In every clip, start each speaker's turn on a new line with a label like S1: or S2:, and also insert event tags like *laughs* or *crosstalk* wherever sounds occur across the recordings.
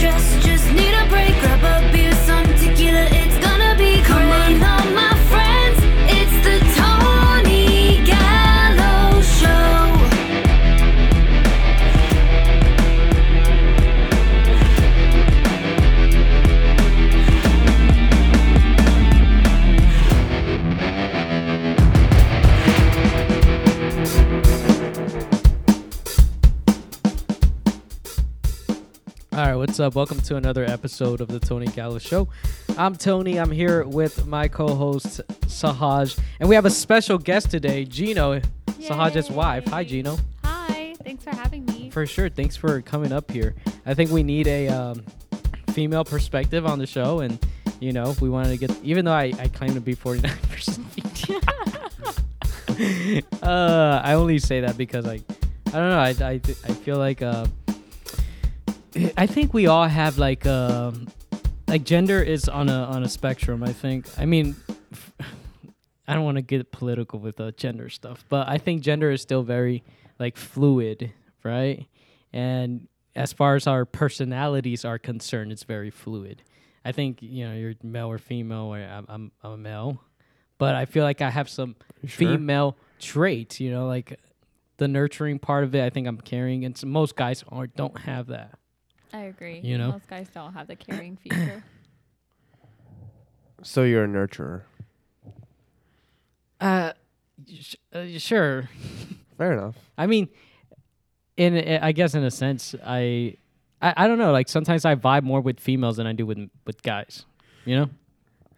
S1: Just need a break, grab a beer, some tequila. It's gonna be Come great. on, all my friends. It's the Tony Gallo Show.
S2: All right, what's up? Welcome to another episode of the Tony Gallo Show. I'm Tony. I'm here with my co-host Sahaj, and we have a special guest today, Gino, Sahaj's wife. Hi,
S3: Yay.
S2: Gino.
S3: Hi, thanks for having me.
S2: For sure. Thanks for coming up here. I think we need a um, female perspective on the show, and you know, we wanted to get. Even though I, I claim to be 49
S3: *laughs*
S2: percent, *laughs* uh, I only say that because I, I don't know. I I, I feel like uh, I think we all have like um, like gender is on a on a spectrum. I think. I mean. *laughs* I don't want to get political with uh, gender stuff, but I think gender is still very like fluid, right? And as far as our personalities are concerned, it's very fluid. I think you know you're male or female, or I'm I'm, I'm a male, but I feel like I have some
S4: sure?
S2: female traits. You know, like the nurturing part of it. I think I'm carrying, and s- most guys are don't have that.
S3: I agree.
S2: You know?
S3: most guys don't have the caring feature.
S4: So you're a nurturer.
S2: Uh, sh- uh sure.
S4: Fair enough.
S2: I mean, in a- I guess in a sense, I, I I don't know. Like sometimes I vibe more with females than I do with with guys. You know,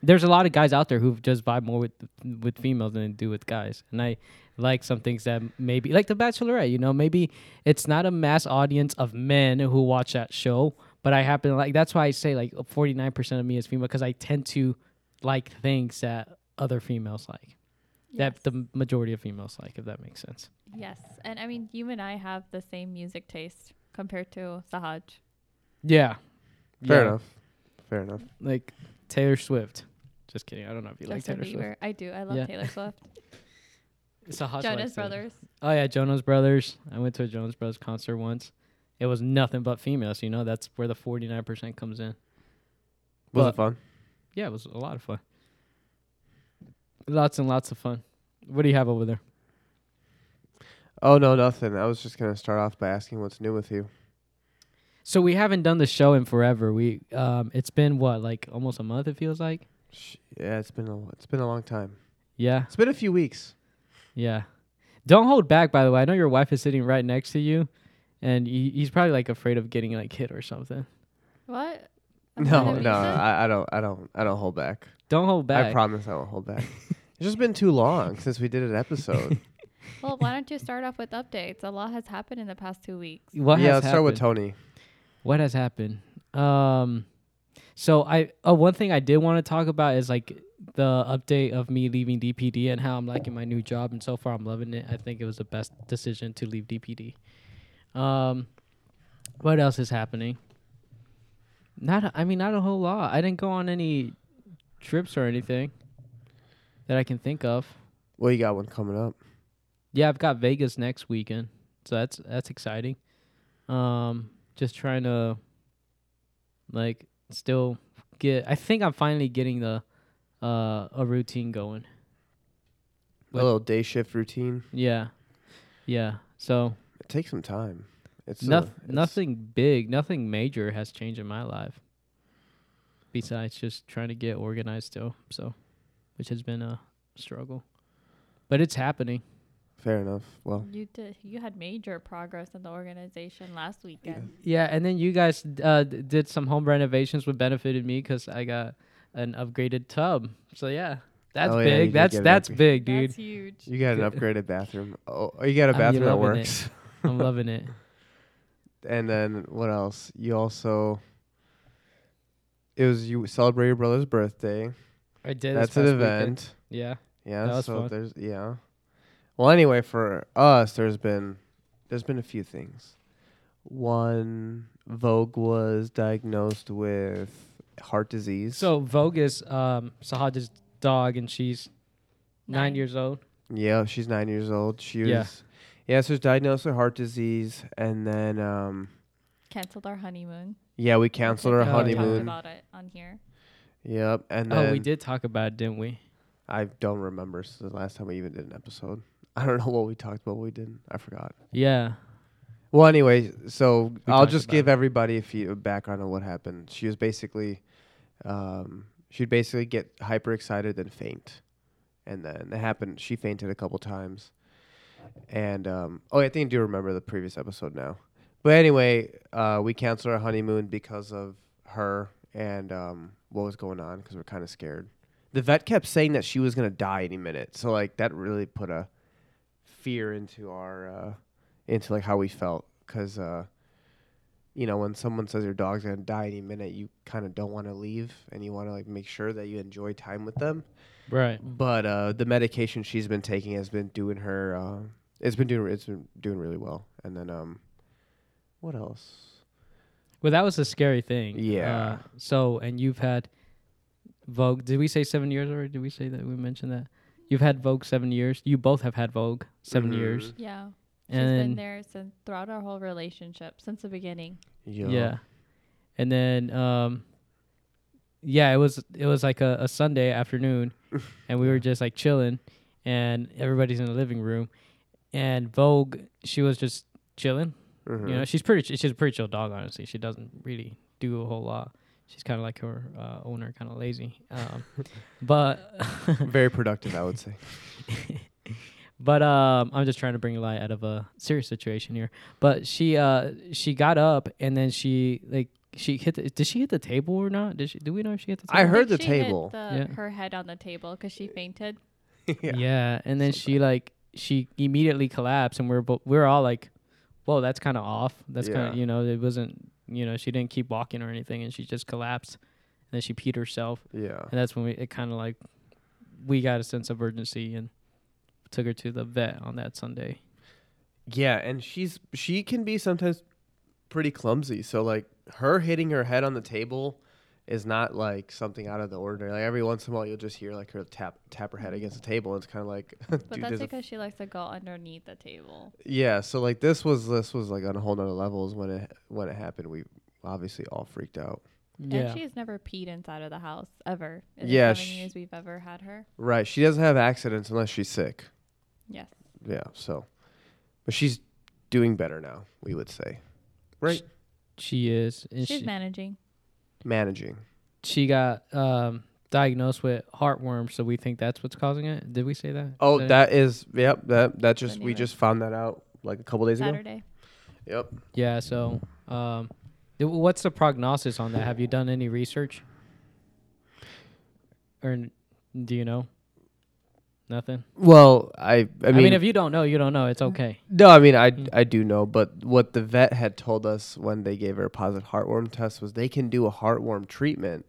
S2: there's a lot of guys out there who just vibe more with with females than they do with guys, and I like some things that maybe like The Bachelorette. You know, maybe it's not a mass audience of men who watch that show, but I happen to like. That's why I say like 49 percent of me is female because I tend to like things that other females like. *coughs* That the majority of females like, if that makes sense.
S3: yes, and I mean, you and I have the same music taste compared to Sahaj.
S2: Yeah.
S4: Fair
S2: Yeah.
S4: enough. Fair enough.
S2: Like Taylor Swift. Just kidding. I don't know if you
S3: Justin
S2: like Taylor Swift.
S3: Bieber. I do. I love
S2: Yeah. *laughs*
S3: Taylor Swift.
S2: It's a hot
S3: Jonas Brothers.
S2: Oh yeah, Jonas Brothers. I went to a Jonas Brothers concert once. It was nothing but females, you know, that's where the forty nine percent comes in.
S4: Was
S2: But-
S4: it fun?
S2: Yeah, it was a lot of fun. Lots and lots of fun. What do you have over there?
S4: Oh no, nothing. I was just gonna start off by asking what's new with you.
S2: So we haven't done the show in forever. We um it's been what, like almost a month it feels like?
S4: Sh- Yeah, it's been a it's been a long time.
S2: Yeah.
S4: It's been a few weeks.
S2: Yeah. Don't hold back, by the way. I know your wife is sitting right next to you, and he, he's probably like afraid of getting like hit or something.
S3: What?
S4: *laughs* No,
S3: Another reason?
S4: no, I, I don't, I don't, I don't hold back.
S2: Don't hold
S4: I
S2: back.
S4: promise I won't
S2: *laughs*
S4: hold back. it's just been too long since we did an episode.
S3: Well, why don't you start off with updates? A lot has happened in the past two weeks.
S2: what
S4: yeah,
S2: has
S4: let's
S2: happened?
S4: start with Tony.
S2: what has happened? Um, so I oh one thing I did want to talk about is like the update of me leaving DPD and how I'm liking my new job and so far I'm loving it. I think it was the best decision to leave DPD. Um, what else is happening? Not a- I mean not a whole lot. I didn't go on any trips or anything that I can think of.
S4: Well, you got one coming up.
S2: Yeah, I've got Vegas next weekend, so that's that's exciting. Um, just trying to like still get. I think I'm finally getting the uh a routine going. What?
S4: A little day shift routine.
S2: Yeah, yeah. So
S4: It takes some time. It's a-
S2: noth-
S4: it's-
S2: nothing big, nothing major has changed in my life. Besides just trying to get organized still, so which has been a struggle, but it's happening.
S4: Fair enough. Well,
S3: You did. You had major progress in the organization last weekend.
S2: Yeah, and then you guys uh, d- did some home renovations, which benefited me because I got an upgraded tub. So yeah, that's
S4: Oh, yeah, you
S2: big.
S4: did
S2: that's
S4: get an
S2: that's big,
S4: upgrade.
S2: dude.
S3: That's huge.
S4: you got
S2: *laughs*
S4: an upgraded bathroom. Oh, you got a
S2: I'm- you're
S4: bathroom that
S2: loving it.
S4: works.
S2: I'm loving it.
S4: and then what else? You also it was you celebrate your brother's birthday.
S2: I did. this
S4: That's an
S2: past weekend.
S4: event.
S2: Yeah,
S4: Yeah.
S2: That was
S4: so
S2: fun.
S4: there's yeah. Well, anyway, for us, there's been there's been a few things. One, Vogue was diagnosed with heart disease.
S2: so Vogue is um, Sahaj's dog, and she's nine,
S3: Nine.
S2: years old.
S4: yeah, she's nine years old. She was
S2: Yeah.
S4: yeah. so she's diagnosed with heart disease, and then um,
S3: Cancelled our honeymoon.
S4: Yeah, we canceled our
S2: Oh, yeah.
S3: talked
S4: honeymoon.
S3: about it on here.
S4: Yep, and then
S2: Oh, we did talk about it, didn't we?
S4: I don't remember s- the last time we even did an episode. I don't know what we talked about. What we didn't. I forgot.
S2: Yeah.
S4: Well, anyway, so
S2: We
S4: I'll
S2: talked
S4: just
S2: about
S4: give
S2: it.
S4: everybody a few a background on what happened. She was basically, um, she'd basically get hyper excited then faint, and then it happened. She fainted a couple times, and um, oh, I think I do remember the previous episode now. But anyway, uh, we canceled our honeymoon because of her and um, what was going on because we're kind of scared. The vet kept saying that she was gonna die any minute, so like that really put a fear into our uh, into like how we felt because uh, you know when someone says your dog's gonna die any minute, you kind of don't want to leave and you want to like make sure that you enjoy time with them.
S2: Right.
S4: But uh, the medication she's been taking has been doing her. Uh, it's been doing. It's been doing really well. And then um, what else?
S2: Well, that was a scary thing.
S4: Yeah.
S2: Uh, so, and you've had Vogue. Did we say seven years already? Did we say that? We mentioned that. You've had Vogue seven years. You both have had Vogue 7
S4: Mm-hmm.
S2: years.
S3: Yeah. She's been
S2: And
S3: there since throughout our whole relationship since the beginning.
S4: Yo.
S2: yeah. And then, um, yeah, it was it was like a, a Sunday afternoon, and we were just like chilling, and everybody's in the living room, and Vogue she was just chilling,
S4: Mhm.
S2: You know, she's pretty. She's a pretty chill dog, honestly. She doesn't really do a whole lot. She's kind of like her uh, owner, kind of lazy. Um, but
S4: Very productive, I
S3: *laughs*
S4: would say.
S2: but um, I'm just trying to bring light out of a serious situation here. But she uh she got up and then she like she hit. The, did she hit the table or not? Did she? Do we know if she hit the
S4: I
S2: table?
S4: heard
S3: think
S4: the
S3: she hit
S4: table.
S3: the-
S2: Yeah.
S3: Her head on the table because she fainted.
S4: *laughs*
S2: yeah. And then she like she immediately collapsed, and we we're bo- we we're all like, "Whoa, that's kind of off. That's kind
S4: Yeah.
S2: of you know it wasn't you know she didn't keep walking or anything, and she just collapsed, and then she peed herself."
S4: Yeah.
S2: and that's when we it kind of like we got a sense of urgency and took her to the vet on that Sunday.
S4: Yeah, and she's she can be sometimes pretty clumsy. So like her hitting her head on the table is not like something out of the ordinary. Like every once in a while you'll just hear like her tap tap her head against the table and it's kind of like *laughs*
S3: But
S4: dude,
S3: that's
S4: there's a-
S3: because she likes to go underneath the table.
S4: yeah, so like this was this was like on a whole nother level is when it when it happened. We obviously all freaked out.
S2: Yeah,
S3: And she's never peed inside of the house ever. In
S4: Yeah,
S3: the seven
S4: sh-
S3: years we've ever had her.
S4: Right. She doesn't have accidents unless she's sick.
S3: Yes.
S4: Yeah, so but she's doing better now, we would say. Right?
S2: she is, and
S3: She's
S2: she
S3: managing.
S4: Managing.
S2: she got um, diagnosed with heartworm, so we think that's what's causing it. Did we say that?
S4: Oh,
S2: Is
S4: that is yep, that that just we
S3: anyway.
S4: just found that out like a couple days ago.
S3: Saturday.
S4: Yep.
S2: yeah. So, um, th- what's the prognosis on that? Have you done any research, or n- do you know? Nothing.
S4: Well, I I
S2: I
S4: mean,
S2: mean, if you don't know, you don't know. It's
S3: Mm-hmm.
S2: okay.
S4: no, I mean I
S2: Mm.
S4: I do know, but what the vet had told us when they gave her a positive heartworm test was they can do a heartworm treatment,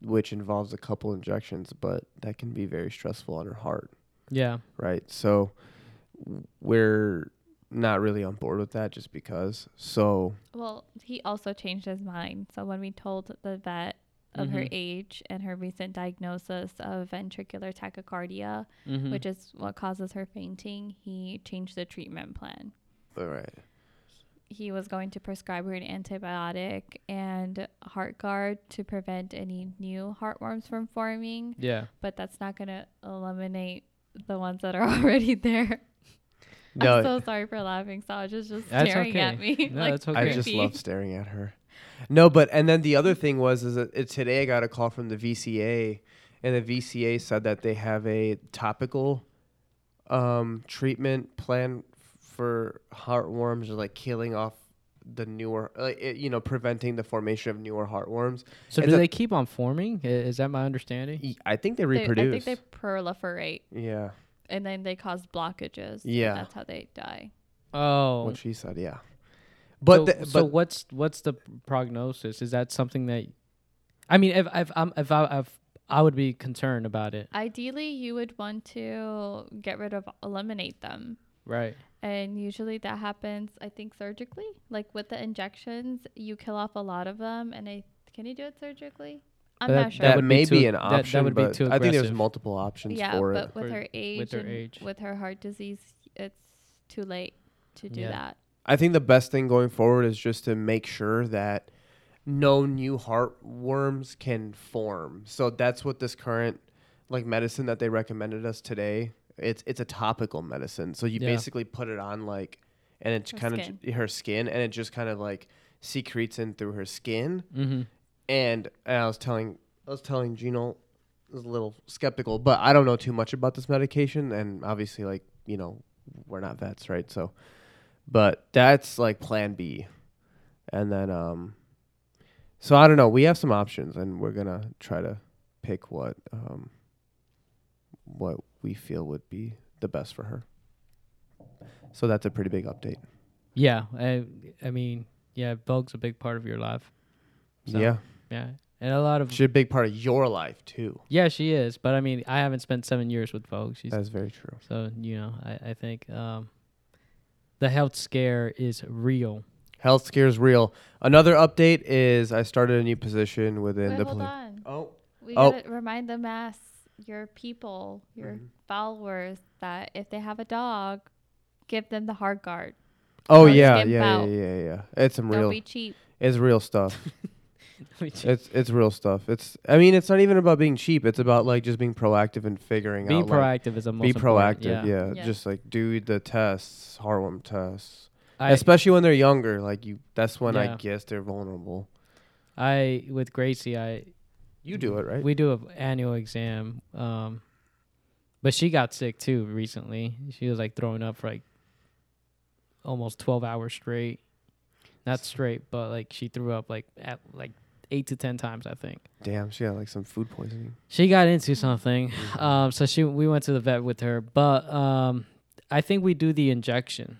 S4: which involves a couple injections, but that can be very stressful on her heart,
S2: Yeah.
S4: right? So we're not really on board with that just because. So
S3: Well, he also changed his mind. So when we told the vet of her
S2: Mhm.
S3: age and her recent diagnosis of ventricular tachycardia,
S2: Mm-hmm.
S3: which is what causes her fainting, he changed the treatment plan.
S4: all right.
S3: He was going to prescribe her an antibiotic and HeartGuard to prevent any new heartworms from forming, *laughs*
S2: yeah.
S3: but that's not going to eliminate the ones that are *laughs* already there. I'm so sorry for laughing. Saj is just
S2: That's
S3: staring at
S2: okay.
S3: me.
S2: No,
S3: *laughs* like,
S2: that's okay.
S4: I just
S3: creepy.
S4: love staring at her. No, but and then the other thing was is that it, today I got a call from the VCA, and the VCA said that they have a topical um, treatment plan for heartworms, or like killing off the newer, like it, you know, preventing the formation of newer heartworms.
S2: So
S4: It's
S2: do
S4: a-
S2: they keep on forming? I- Is that my understanding?
S4: Y- I think they
S3: They- I
S4: reproduce.
S3: think they proliferate
S4: yeah,
S3: and then they cause blockages. and
S4: Yeah.
S3: that's how they die.
S2: Oh,
S4: what she said. Yeah,
S2: but
S4: but
S2: so,
S4: the,
S2: so
S4: but
S2: what's what's the prognosis? Is that something that, I mean, if if I'm if I if I would be concerned about it,
S3: Ideally, you would want to get rid of, eliminate them.
S2: right?
S3: And usually that happens, I think, surgically. Like with the injections, you kill off a lot of them. And I can you do it surgically? I'm
S2: That-
S3: not sure.
S2: that
S4: that
S2: would be
S4: may be
S2: too- that-
S4: an
S2: that
S4: option.
S2: would be
S4: but
S2: too
S4: I think there's
S2: aggressive.
S4: multiple options
S3: yeah,
S4: for
S3: but
S4: it.
S3: with
S2: For-
S3: her age,
S2: with her
S3: and
S2: age.
S3: with her heart disease, it's too late to do
S2: Yeah.
S3: that.
S4: I think the best thing going forward is just to make sure that no new heartworms can form. So that's what this current like medicine that they recommended us today. It's it's a topical medicine. So you
S2: Yeah.
S4: basically put it on like and it's
S3: Her
S4: kind
S3: skin.
S4: of her skin and it just kind of like secretes in through her skin.
S2: Mm-hmm.
S4: And, and I was telling I was telling Gino I was a little skeptical, but I don't know too much about this medication and obviously like, you know, we're not vets, right? So but that's like plan B. And then um so I don't know, we have some options and we're going to try to pick what um what we feel would be the best for her. So that's a pretty big update.
S2: Yeah, I, I mean, yeah, Vogue's a big part of your life. So-
S4: Yeah.
S2: Yeah, and a lot of
S4: She's a big part of your life too.
S2: yeah, she is. But I mean, I haven't spent seven years with Vogue. She's
S4: That's very true.
S2: so you know, I, I think um, the health scare is real.
S4: Health scares real. Another update is I started a new position within
S3: Wait,
S4: the
S3: hold
S4: police.
S3: on.
S4: Oh,
S3: We
S4: Oh.
S3: gotta remind the mass, your people, your
S4: Mhm.
S3: followers, that if they have a dog, give them the hard guard.
S4: oh
S3: Don't
S4: yeah, yeah,
S3: skimp
S4: yeah,
S3: out.
S4: yeah, yeah. It's some
S3: Don't
S4: real.
S3: be cheap.
S4: It's
S3: *laughs*
S4: real stuff.
S2: *laughs* Being
S4: it's it's real stuff. It's. I mean, it's not even about being cheap. It's about like just being proactive and figuring out. like,
S2: proactive is a most
S4: be
S2: important-
S4: proactive. Yeah.
S3: Yeah.
S4: Just like do the tests, heartworm tests,
S2: I,
S4: especially when they're younger. Like you. That's when I
S2: Yeah.
S4: guess they're vulnerable.
S2: I with Gracie, I
S4: You do it right.
S2: Mm-hmm. we do an annual exam. Um, but she got sick too recently. She was like throwing up for like almost twelve hours straight. Not straight, but like she threw up like at like eight to ten times, I think.
S4: Damn, she got like some food poisoning.
S2: She got into something.
S4: Mm-hmm.
S2: Um, so she we went to the vet with her, but um, I think we do the injection.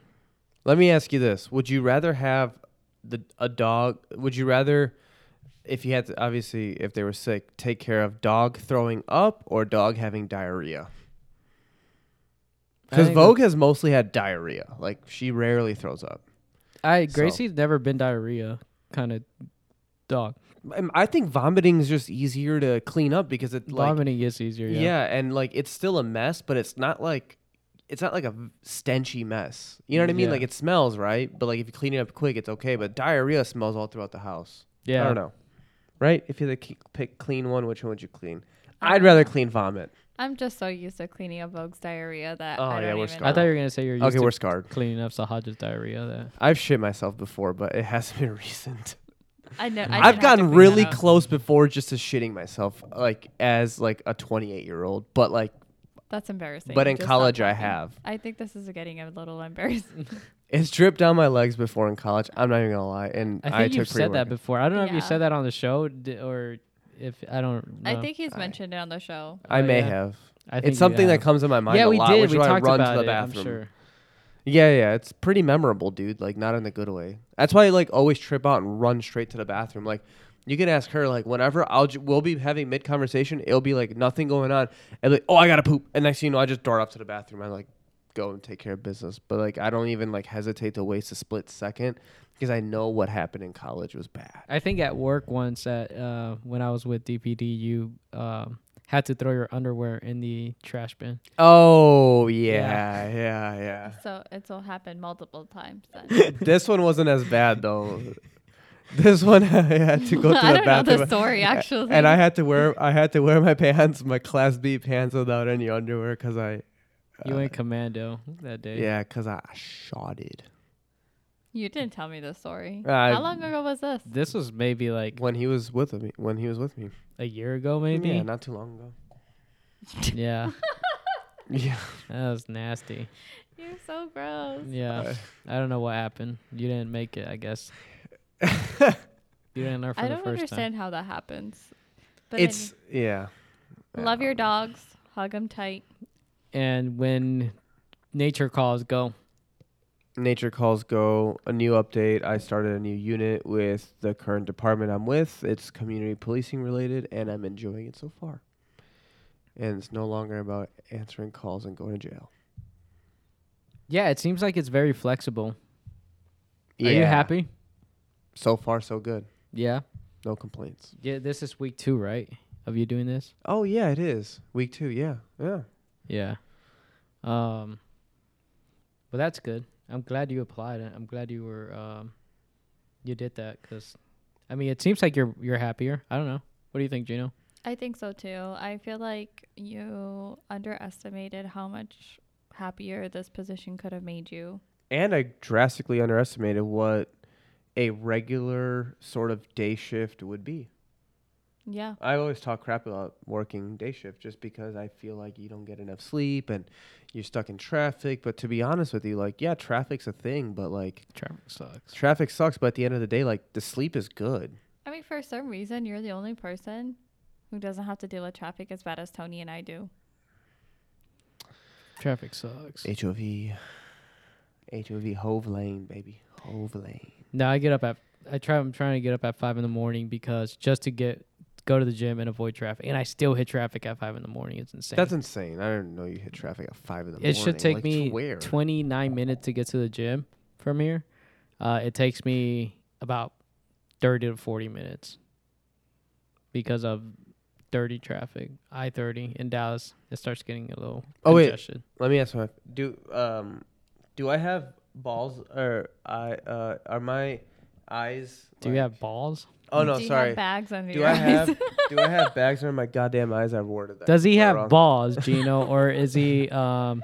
S4: Let me ask you this: Would you rather have the a dog? Would you rather, if you had to, obviously, if they were sick, take care of dog throwing up or dog having diarrhea?
S2: I
S4: Because
S2: think
S4: Vogue has mostly had diarrhea. Like she rarely throws up.
S2: I
S4: So-
S2: Gracie's never been diarrhea kind of dog.
S4: Um, I think vomiting is just easier to clean up because it like
S2: Vomiting is easier.
S4: yeah. and like it's still a mess, but it's not like it's not like a stenchy mess. You know what I mean?
S2: Yeah.
S4: Like it smells right, but like if you clean it up quick, it's okay. But diarrhea smells all throughout the house.
S2: yeah.
S4: I don't know. Right? If you had to k- pick clean one, which one would you clean? I'd rather clean vomit.
S3: I'm just so used to cleaning up Vogue's diarrhea that
S4: Oh,
S3: I
S4: yeah,
S3: don't
S4: we're
S3: even.
S4: scarred.
S2: I thought you were gonna say you're used
S4: Okay,
S2: to
S4: we're scarred.
S2: cleaning up Sahaj's diarrhea. There.
S4: I've shit myself before, but it hasn't *laughs* been recent.
S3: I know. I
S4: I've
S3: did have to
S4: gotten
S3: bring that
S4: really
S3: up.
S4: close before just to shitting myself, like as like a 28 year old. But like,
S3: That's embarrassing.
S4: but in
S3: Just stop
S4: college I
S3: laughing.
S4: have.
S3: I think this is getting a little
S4: *laughs*
S3: embarrassing.
S4: It's dripped down my legs before in college. I'm not even gonna lie. And
S2: I
S4: I,
S2: think
S4: took
S2: you've said that
S4: pre-workout.
S2: before. I don't know if you
S3: Yeah.
S2: said that on the show d- or if I don't. Know.
S3: I think he's
S4: I-
S3: mentioned it on the show.
S4: I
S2: Oh,
S4: may
S2: yeah.
S4: have.
S2: I think you
S4: it's something
S2: have.
S4: that comes to my mind
S2: Yeah,
S4: a
S2: we
S4: lot,
S2: did.
S4: which
S2: we
S4: is why I
S2: talked
S4: run
S2: about
S4: to the
S2: it.
S4: bathroom.
S2: I'm sure.
S4: Yeah, yeah, it's pretty memorable, dude. Like not in a good way. That's why I like always trip out and run straight to the bathroom. Like you can ask her like whenever I'll ju- we'll be having mid conversation, it'll be like nothing going on, and like oh I gotta poop, and next thing you know I just dart up to the bathroom. I like go and take care of business, but like I don't even like hesitate to waste a split second because I know what happened in college was bad.
S2: I think at work once at uh, when I was with DPD, you um, had to throw your underwear in the trash bin.
S4: Oh yeah, yeah, yeah.
S3: So it's all happened multiple times. Then.
S4: this one wasn't as bad though. This one *laughs* I had to *laughs* go
S3: *laughs*
S4: to
S3: I don't
S4: the
S3: know
S4: bathroom.
S3: the
S4: *laughs*
S3: story actually.
S4: and I had to wear I had to wear my pants, my Class B pants without any underwear because I
S2: You
S4: Uh,
S2: went commando that day.
S4: yeah because I shotted
S3: you didn't tell me the story.
S4: I-
S3: How long ago was this?
S2: This was maybe like
S4: when he was with me when he was with me
S2: a year ago, maybe.
S4: yeah not too long ago
S2: *laughs* yeah,
S4: yeah
S2: that was nasty.
S3: You're so gross.
S4: Uh,
S2: Yeah, I don't know what happened. You didn't make it, I
S4: *laughs*
S2: guess. you didn't learn from
S3: I
S2: the first
S3: don't
S2: time.
S3: understand how that happens. But
S4: it's um, yeah
S3: any- love your dogs, hug them tight.
S2: and when nature calls go
S4: Nature Calls Go, a new update. I started a new unit with the current department I'm with. It's community policing related, and I'm enjoying it so far. And it's no longer about answering calls and going to jail.
S2: yeah it seems like it's very flexible are you happy
S4: So far, so good.
S2: yeah
S4: No complaints.
S2: yeah this is week two right of you doing this
S4: Oh yeah, it is week two. Yeah, yeah.
S2: yeah um but that's good i'm glad you applied and i'm glad you were um you did that because I mean, it seems like you're you're happier. I don't know. What do you think, Gino?
S3: I think so too. I feel like you underestimated how much happier this position could have made you.
S4: and I drastically underestimated what a regular sort of day shift would be.
S3: Yeah.
S4: I always talk crap about working day shift just because I feel like you don't get enough sleep and you're stuck in traffic. But to be honest with you, like, yeah, traffic's a thing, but like,
S2: Traffic sucks.
S4: traffic sucks. But at the end of the day, like, the sleep is good.
S3: I mean, for some reason, you're the only person who doesn't have to deal with traffic as bad as Tony and I do.
S2: Traffic sucks.
S4: HOV, HOV, Hove Lane, baby. Hove Lane.
S2: No, I get up at I try. I'm trying to get up at five in the morning because just to get go to the gym and avoid traffic, and I still hit traffic at five in the morning. It's insane.
S4: That's insane. I didn't know you hit traffic at 5 in the morning.
S2: it should take
S4: Like,
S2: me
S4: where?
S2: 29 minutes to get to the gym from here. Uh, it takes me about 30 to 40 minutes because of dirty traffic. I 30 in Dallas. It starts getting a little
S4: Oh, wait.
S2: congested.
S4: Let me ask my do um do I have balls or I uh are my eyes
S2: Do you
S4: like-
S2: have balls?
S4: Oh no,
S3: do you
S4: sorry.
S3: have bags under
S4: Do
S3: your
S4: I
S3: eyes?
S4: have do I have bags under my goddamn eyes?
S2: *laughs*
S4: I wore to that.
S2: Does he
S4: Am I
S2: have
S4: wrong?
S2: balls, Gino, or is *laughs* he um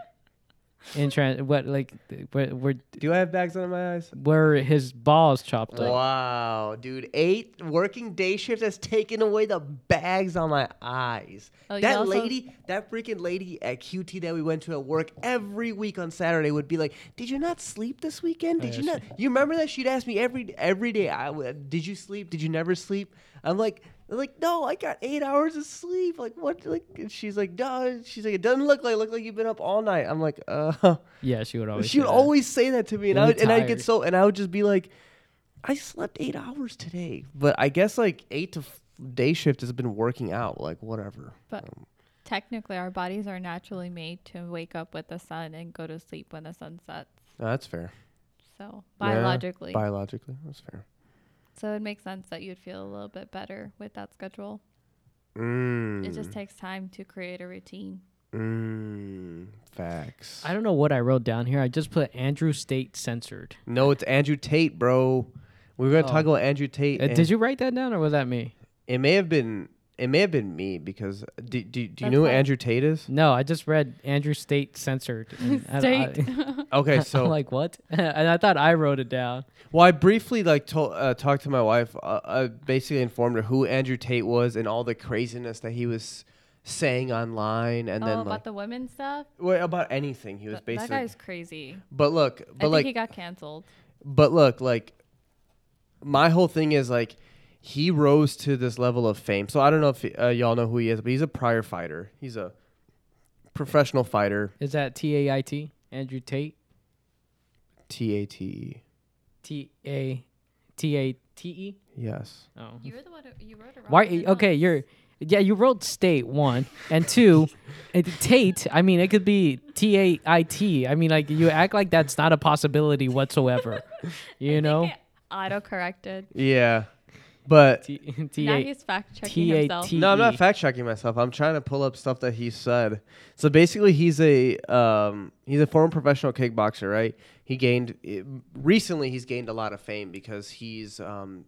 S2: in trans? What like th- where where,
S4: Do I have bags under my eyes?
S2: where his balls chopped up?
S4: Wow, dude. Eight working day shift has taken away the bags on my eyes.
S3: Oh, you
S4: that
S3: also-
S4: lady, that freaking lady at QT that we went to at work every week on Saturday would be like, "Did you not sleep this weekend? Did
S3: Oh,
S2: yeah,
S4: you not? You remember that she'd ask me every every day, I w- "Did you sleep? Did you never sleep?" I'm like, like, "No, I got 8 hours of sleep." Like, what like and she's like, "No." She's like, "It doesn't look like look like you've been up all night." I'm like, "Uh,
S2: Yeah, she would always.
S4: she would
S2: do that.
S4: always say that to me, and
S2: You'll
S4: I
S2: be
S4: would, and I'd
S2: tired.
S4: get so, and I would just be like, I slept eight hours today, but I guess like eight to f- day shift has been working out, like whatever.
S3: *laughs* But technically, our bodies are naturally made to wake up with the sun and go to sleep when the sun sets.
S4: No, that's fair.
S3: So
S4: Yeah,
S3: biologically,
S4: biologically, that's fair.
S3: so it makes sense that you'd feel a little bit better with that schedule.
S4: Mm,
S3: It just takes time to create a routine.
S4: mm, facts.
S2: I don't know what I wrote down here. I just put Andrew State censored.
S4: no, it's Andrew Tate, bro. We were gonna talk
S2: Oh.
S4: about Andrew Tate.
S2: Uh,
S4: and
S2: did you write that down, or was that me?
S4: It may have been. It may have been me because do, do, do you
S3: That's
S4: know who
S3: fine.
S4: Andrew
S2: *laughs*
S4: Tate is?
S2: No, I just read Andrew State
S4: *laughs*
S2: censored. and I-
S3: State.
S2: I,
S4: Okay,
S2: so *laughs*
S4: so
S2: I'm like, what? *laughs* and I thought I wrote it down.
S4: Well, I briefly like told, uh, talked to my wife. Uh, I basically informed her who Andrew Tate was and all the craziness that he was saying online, and
S3: oh,
S4: then
S3: about
S4: like
S3: the women stuff.
S4: well, about anything he was
S3: Th- that
S4: basically.
S3: guy's crazy.
S4: But look,
S3: I
S4: but
S3: think
S4: like,
S3: he got canceled.
S4: but look, like my whole thing is like he rose to this level of fame. So I don't know if uh, y'all know who he is, but he's a prior fighter. He's a professional fighter.
S2: Is that T A I T? Andrew Tate?
S4: T A T E.
S2: T A T A T E?
S4: Yes.
S2: Oh.
S3: You were the one who you wrote it wrong.
S2: Why? eh, Okay, you're. Yeah, you wrote state one and two, and Tate. I mean, it could be T A I T. I mean, like you act like that's not a possibility whatsoever. You know,
S3: auto corrected.
S4: Yeah, but
S2: T
S3: Now
S2: A.
S3: he's fact checking himself.
S2: T-A-T.
S4: No, I'm not
S2: PE.
S4: fact checking myself. I'm trying to pull up stuff that he said. So basically, he's a um, he's a former professional kickboxer, right? He gained eh, recently. He's gained a lot of fame because he's um,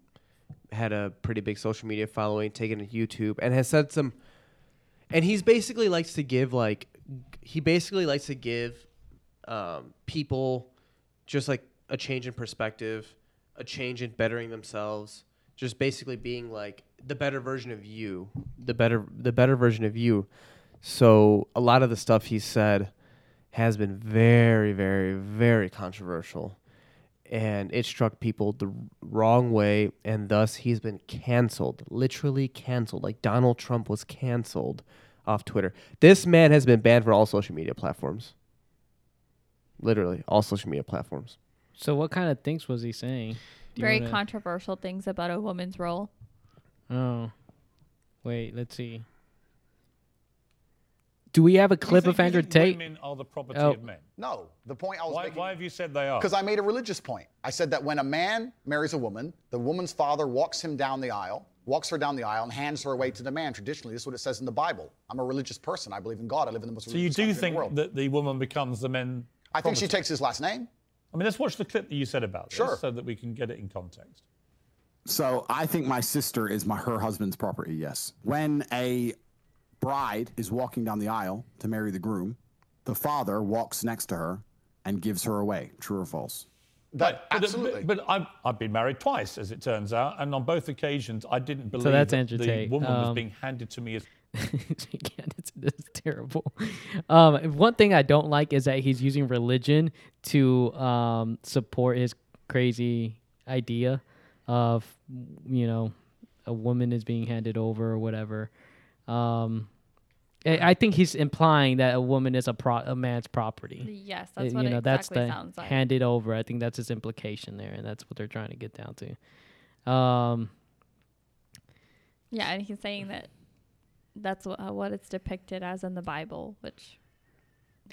S4: had a pretty big social media following, taken to YouTube, and has said some. And he's basically likes to give like he basically likes to give um, people just like a change in perspective, a change in bettering themselves, just basically being like the better version of you, the better the better version of you. So a lot of the stuff he said has been very very very controversial and it struck people the wrong way and thus he's been canceled literally canceled like Donald Trump was canceled off Twitter. This man has been banned from all social media platforms. Literally all social media platforms.
S2: So, what kind of things was he saying? Do you
S3: Very
S2: wanna-
S3: controversial things about a woman's role.
S2: Oh. Wait, let's see. Do we have a clip
S5: You
S2: of
S5: think- you
S2: Andrew
S5: think
S2: Tate?
S5: Women are the property
S2: Oh.
S5: of men.
S6: No, the point I was
S5: Why,
S6: making.
S5: why have you said they are?
S6: Because I made a religious point. I said that when a man marries a woman, the woman's father walks him down the aisle, walks her down the aisle, and hands her away to the man. Traditionally, this is what it says in the Bible. I'm a religious person. I believe in God. I live in the most
S5: so you
S6: religious
S5: do
S6: country in the
S5: think
S6: world.
S5: that the woman becomes the men?
S6: I think she takes his last name.
S5: I mean, let's watch the clip that you said about this
S6: Sure.
S5: so that we can get it in context.
S7: So I think my sister is my her husband's property. Yes. When a bride is walking down the aisle to marry the groom, the father walks next to her and gives her away. True or false?
S6: That,
S5: But-
S6: absolutely.
S5: But, I've, I've been married twice, as it turns out, and on both occasions, I didn't believe
S2: that's
S5: that
S2: Andrew
S5: the
S2: Tate.
S5: woman was
S2: Um,
S5: being handed to me as
S2: *laughs* yeah, that's, that's terrible. Um, one thing I don't like is that he's using religion to um, support his crazy idea of, you know, a woman is being handed over or whatever. Um, I I think he's implying that a woman is a pro- a man's property.
S3: Yes,
S2: Uh,
S3: that's what
S2: you know,
S3: it
S2: that's
S3: exactly
S2: the
S3: sounds like.
S2: handed over. I think that's his implication there, and that's what they're trying to get down to. Um,
S3: yeah, and he's saying that that's what, uh, what it's depicted as in the Bible, which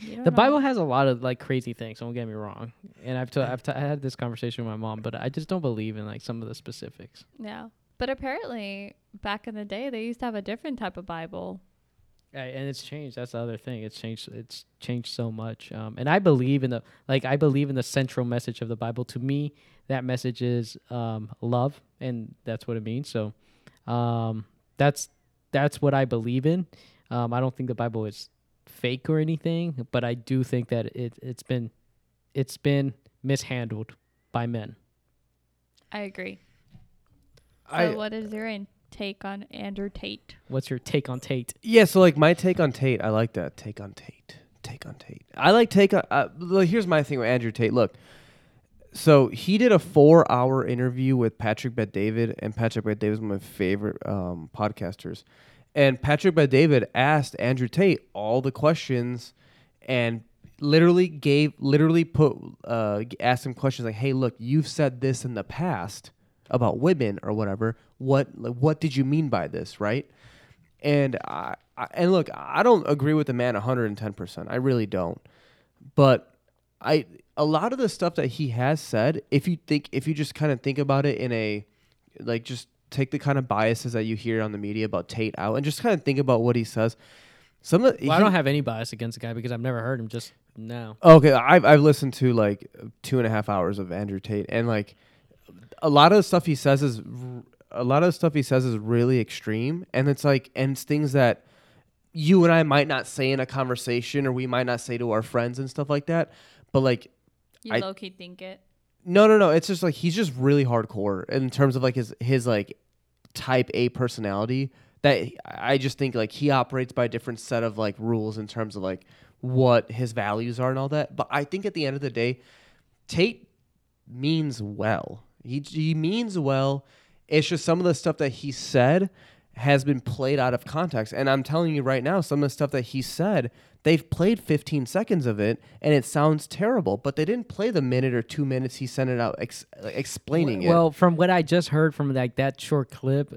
S3: you don't
S2: The
S3: know.
S2: Bible has a lot of like crazy things. Don't get me wrong. And I've t- I've t- I had this conversation with my mom, but I just don't believe in like some of the specifics.
S3: Yeah, but apparently back in the day they used to have a different type of Bible.
S2: Right, and it's changed. That's the other thing. It's changed. It's changed so much. Um, and I believe in the like. I believe in the central message of the Bible. To me, that message is um, love, and that's what it means. So, um, that's that's what I believe in. Um, I don't think the Bible is fake or anything, but I do think that it it's been it's been mishandled by men.
S3: I agree. So
S4: I,
S3: what is your in- take on Andrew Tate?
S2: What's your take on Tate?
S4: Yeah, so like my take on Tate, I like that take on Tate. Take on Tate. I like take on. Uh, look, here's my thing with Andrew Tate. Look, so he did a four-hour interview with Patrick Bet David, and Patrick Bet David is one of my favorite um, podcasters. And Patrick Bet David asked Andrew Tate all the questions, and literally gave, literally put, uh, asked him questions like, "Hey, look, you've said this in the past about women or whatever. What, like, what did you mean by this, right?" And I, I and look, I don't agree with the man 110%. I really don't. But I a lot of the stuff that he has said, if you think if you just kind of think about it in a like just take the kind of biases that you hear on the media about Tate out and just kind of think about what he says. Some of
S2: Well, I
S4: he-
S2: don't have any bias against the guy because I've never heard him. Just no.
S4: Okay, I've I've listened to like two and a half hours of Andrew Tate, and like a lot of the stuff he says is r- a lot of the stuff he says is really extreme, and it's like and it's things that you and I might not say in a conversation, or we might not say to our friends and stuff like that. But like
S3: You
S4: I-
S3: low key think it.
S4: no, no, no. It's just like he's just really hardcore in terms of like his his like type A personality. That I just think like he operates by a different set of like rules in terms of like what his values are and all that. But I think at the end of the day, Tate means well. He he means well. It's just some of the stuff that he said has been played out of context. And I'm telling you right now, some of the stuff that he said, they've played 15 seconds of it, and it sounds terrible. But they didn't play the minute or two minutes he sent it out ex- like, explaining it.
S2: Well, from what I just heard from like that short clip,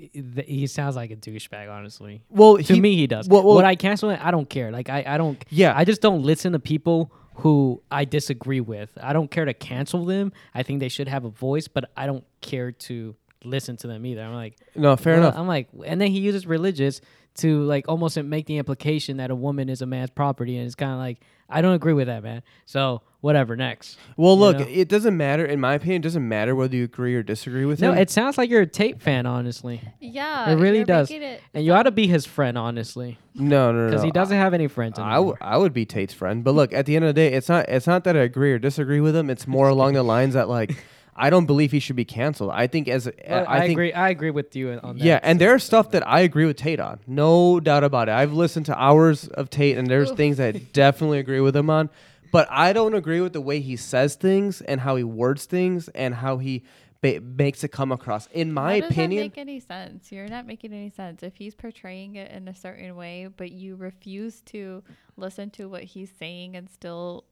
S2: i- th- he sounds like a douchebag. Honestly,
S4: Well,
S2: to
S4: he-
S2: me he does.
S4: well- well-
S2: Would I cancel it? I don't care. Like I, I don't.
S4: Yeah.
S2: I just don't listen to people who I disagree with. I don't care to cancel them. I think they should have a voice, but I don't care to listen to them either. I'm like,
S4: no, fair
S2: well,
S4: enough.
S2: I'm like, and then he uses religious to like almost make the implication that a woman is a man's property, and it's kind of like I don't agree with that, man. So whatever, next.
S4: well,
S2: you
S4: look,
S2: know?
S4: it doesn't matter. In my opinion, it doesn't matter whether you agree or disagree with
S2: No,
S4: him.
S2: it sounds like you're a tape fan, honestly.
S3: Yeah,
S2: It really
S3: you're
S2: does.
S3: making it-
S2: and you ought to be his friend, honestly,
S4: no, no, no.
S2: because
S4: no.
S2: he doesn't have any friends
S4: I, w-
S2: anymore.
S4: I would be Tate's friend, but look, at the end of the day, it's not it's not that I agree or disagree with him. It's more along the lines that like I don't believe he should be canceled. I think as
S2: I,
S4: I, think
S2: agree. I agree with you on that.
S4: yeah, and there's stuff that I agree with Tate on, no doubt about it. I've listened to hours of Tate, and there's
S2: *laughs*
S4: things I definitely agree with him on, but I don't agree with the way he says things and how he words things and how he ba- makes it come across. In
S3: How
S4: my
S3: does
S4: opinion,
S3: that make any sense? You're not making any sense. If he's portraying it in a certain way, but you refuse to listen to what he's saying and still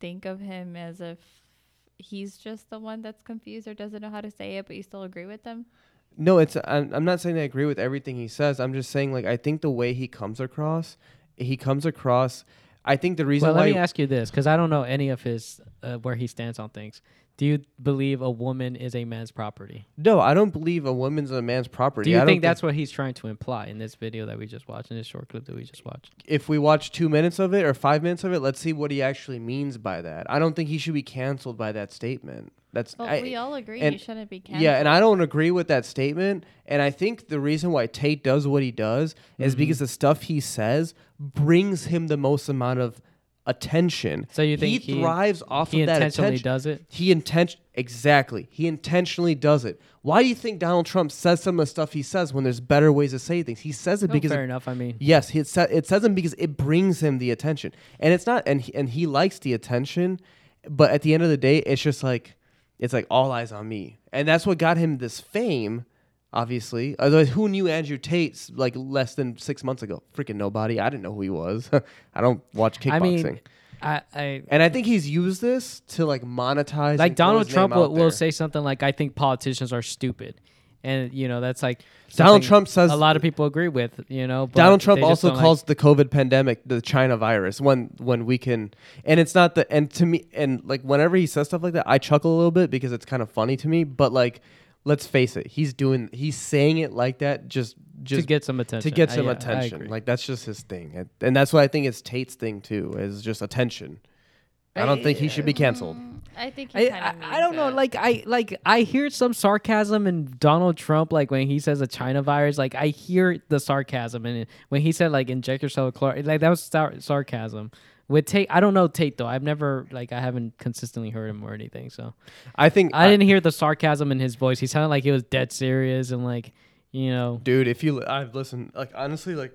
S3: think of him as if he's just the one that's confused or doesn't know how to say it, but you still agree with them.
S4: No, it's I'm, I'm not saying I agree with everything he says. I'm just saying like I think the way he comes across, he comes across. I think the reason
S2: Well,
S4: why
S2: let me ask you this, because I don't know any of his uh, where he stands on things. Do you believe a woman is a man's property?
S4: No, I don't believe a woman's a man's property.
S2: Do you
S4: I don't
S2: think that's what he's trying to imply in this video that we just watched, in this short clip that we just watched?
S4: if we watch two minutes of it or five minutes of it, let's see what he actually means by that. I don't think he should be canceled by that statement. That's
S3: But
S4: I-
S3: we all agree
S4: and-
S3: you shouldn't be canceled.
S4: Yeah, and I don't agree with that statement. And I think the reason why Tate does what he does
S2: Mm-hmm.
S4: is because the stuff he says brings him the most amount of attention.
S2: So you think he-
S4: thrives off
S2: he
S4: of that
S2: intentionally
S4: attention.
S2: does it?
S4: He intention exactly. He intentionally does it. Why do you think Donald Trump says some of the stuff he says when there's better ways to say things? He says it
S2: No,
S4: because
S2: Oh, fair enough. I mean,
S4: Yes, he- it, sa- it says him because it brings him the attention, and it's not, and he, and he likes the attention, but at the end of the day, it's just like, it's like all eyes on me, and that's what got him this fame, obviously. Otherwise, who knew Andrew Tate's like less than six months ago? Freaking nobody. I didn't know who he was. *laughs* I don't watch kickboxing,
S2: I mean, I, I
S4: and I think he's used this to like monetize.
S2: like
S4: and throw
S2: Donald
S4: his
S2: Trump
S4: name out
S2: will, will
S4: there.
S2: say something like, "I think politicians are stupid," and you know that's like
S4: Donald
S2: something
S4: Trump says-
S2: a lot of people agree with. You know, but
S4: Donald Trump
S2: they just
S4: also
S2: don't like-
S4: calls the COVID pandemic the China virus when when we can and it's not the and to me and like whenever he says stuff like that I chuckle a little bit because it's kind of funny to me but like let's face it he's doing he's saying it like that just just
S2: get some
S4: to
S2: attention.
S4: get
S2: I-
S4: some
S2: yeah, I
S4: attention
S2: agree.
S4: like that's just his thing and, and that's what I think is Tate's thing too is just attention I don't think he should be canceled
S3: I think
S2: I,
S3: he kind of means
S2: I, I don't know.
S3: it.
S2: Like I like I hear some sarcasm in Donald Trump. Like when he says a China virus, like I hear the sarcasm. And when he said like inject yourself with chlor, like that was sar- sarcasm. With Tate, I don't know Tate though. I've never like I haven't consistently heard him or anything. So
S4: I think
S2: I didn't hear the sarcasm in his voice. He sounded like he was dead serious and like you know.
S4: dude if you i've listened like honestly like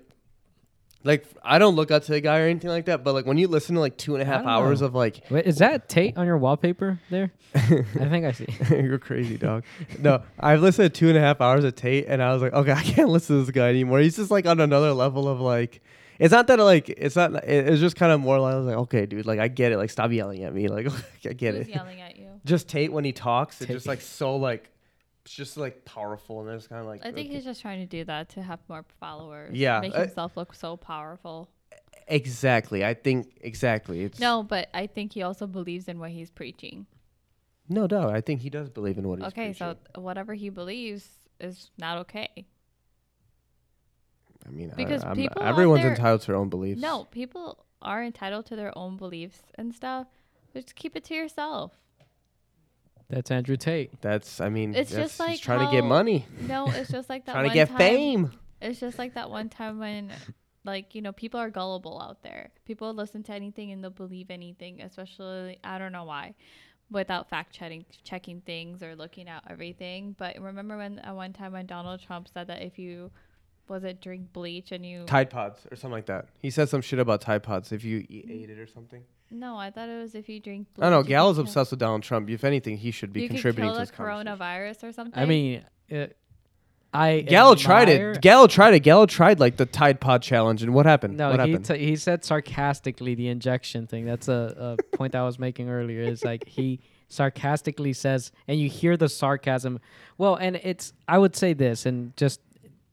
S4: like i don't look up to the guy or anything like that but like when you listen to like two and a half
S2: don't
S4: hours
S2: know.
S4: of like *laughs*
S2: Wait, is that Tate on your wallpaper there? I think I see.
S4: *laughs*
S2: *laughs*
S4: you're crazy dog no i've listened to two and a half hours of tate and i was like okay *laughs* i can't listen to this guy anymore he's just like on another level of like it's not that like it's not it- it's just kind of more like I was like okay dude like i get it like stop yelling at me like *laughs* i get
S3: Who's
S4: it
S3: yelling at you?
S4: just tate when he talks it's
S2: Tate.
S4: just like so like it's just like powerful and it's kind of like
S3: I think
S4: okay.
S3: he's just trying to do that to have more followers.
S4: Yeah,
S3: Make
S4: I-
S3: himself look so powerful.
S4: exactly i think exactly it's
S3: No, but I think he also believes in what he's preaching.
S4: no doubt i think he does believe in what he's
S3: okay,
S4: preaching.
S3: so whatever he believes is not okay.
S4: I mean,
S3: Because
S4: I, I'm-
S3: people out
S4: everyone's
S3: there-
S4: entitled to their own beliefs.
S3: No, people are entitled to their own beliefs and stuff. Just keep it to yourself.
S2: That's Andrew Tate.
S4: that's I mean,
S3: It's
S4: that's-
S3: just like
S4: he's trying to get
S3: how-
S4: money,
S3: No, it's just
S4: *laughs*
S3: like that.
S4: trying to
S3: one
S4: get
S3: time-
S4: fame.
S3: It's just like that one time when, like, you know, people are gullible out there. People listen to anything and they'll believe anything, especially, I don't know why, without fact checking, checking things or looking at everything. But remember when at one time when Donald Trump said that if you was it drink bleach and you
S4: Tide Pods or something like that. He said some shit about Tide Pods if you eat, ate it or something.
S3: no i thought it was if you drink
S4: I don't know.
S3: you could
S4: Gal is
S3: kill-
S4: obsessed with Donald Trump. If anything, he should be
S3: you could
S4: contributing
S3: kill
S4: to
S3: the
S4: this conversation.
S3: coronavirus or something
S2: I mean, it, I
S4: Gallo tried
S2: admire-
S4: it. Gallo tried it. Gallo tried like the Tide Pod challenge, and what happened?
S2: No,
S4: what
S2: he,
S4: happened?
S2: t- he said sarcastically the injection thing. That's a, a
S4: *laughs*
S2: point I was making earlier. Is like he sarcastically says, and you hear the sarcasm. Well, and it's I would say this, and just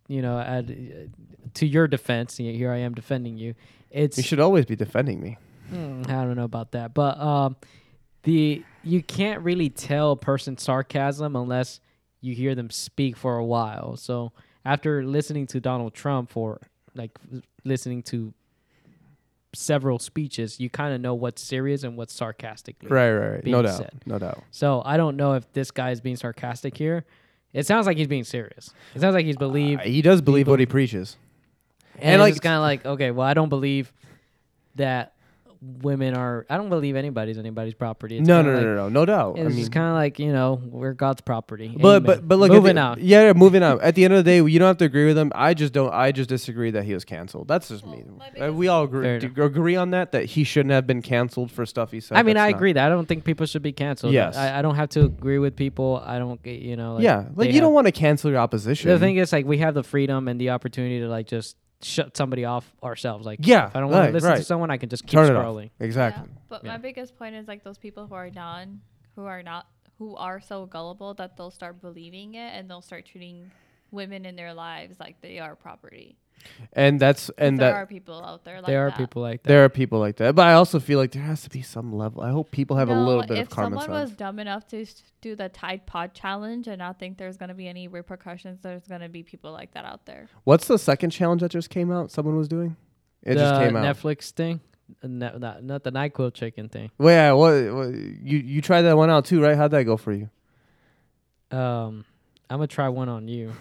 S2: you know, add, uh, to your defense, y- here I am defending you. It's
S4: you should always be defending me.
S2: Mm, I don't know about that, but um, the you can't really tell a person's sarcasm unless you hear them speak for a while. So after listening to Donald Trump for like f- listening to several speeches, you kind of know what's serious and what's sarcastically.
S4: Right, right, right. No
S2: Being
S4: doubt.
S2: said.
S4: No doubt.
S2: So I don't know if this guy is being sarcastic here. It sounds like he's being serious. It sounds like he's believe
S4: He does believe what he preaches.
S2: and,
S4: Uh, And,
S2: it's
S4: like,
S2: just kind of like, okay, well, I don't believe that women are. I don't believe anybody's anybody's property. It's
S4: No,
S2: kinda
S4: no, no,
S2: like-
S4: no, no, no doubt. I
S2: It's
S4: mean,
S2: just kind of like you know we're God's property. Amen.
S4: But but but look, at
S2: moving
S4: the-
S2: on.
S4: Yeah, yeah, moving on. At the end of the day, you don't have to agree with him. I just don't. I just disagree that he was canceled. That's just me. Uh, we all agree,
S2: Fair
S4: do- agree on that. That he shouldn't have been canceled for stuff he said.
S2: I mean,
S4: That's
S2: I
S4: not-
S2: agree that I don't think people should be canceled.
S4: Yes.
S2: I, I don't have to agree with people. I don't, get you know. Like,
S4: yeah,
S2: they
S4: like you
S2: have-
S4: don't want to cancel your opposition.
S2: The thing is, like, we have the freedom and the opportunity to like just shut somebody off ourselves. Like,
S4: Yeah,
S2: if I don't want
S4: right,
S2: to listen to
S4: right.
S2: someone, I can just keep
S4: turn it
S2: scrolling.
S4: off. Exactly.
S3: Yeah, But my biggest point is like those people who are non, who are not, who are so gullible that they'll start believing it and they'll start treating women in their lives like they are property.
S4: and that's and
S3: there
S4: that
S3: are people out there like
S2: there are
S3: that.
S2: people like that.
S4: there are people like that. But I also feel like there has to be some level. I hope people have a
S3: No,
S4: little bit
S3: if
S4: of common
S3: someone
S4: sense.
S3: was dumb enough to s- do the Tide Pod challenge and not think there's going to be any repercussions, there's going to be people like that out
S4: *laughs*
S3: there.
S4: What's the second challenge that just came out? Someone was doing. It
S2: the
S4: just came out.
S2: Netflix thing, Uh, ne- not, not the Nyquil chicken thing.
S4: Well, yeah. What, what you you tried that one out too, right? How'd that go
S2: *laughs*
S4: for you?
S2: Um, I'm gonna try one on you.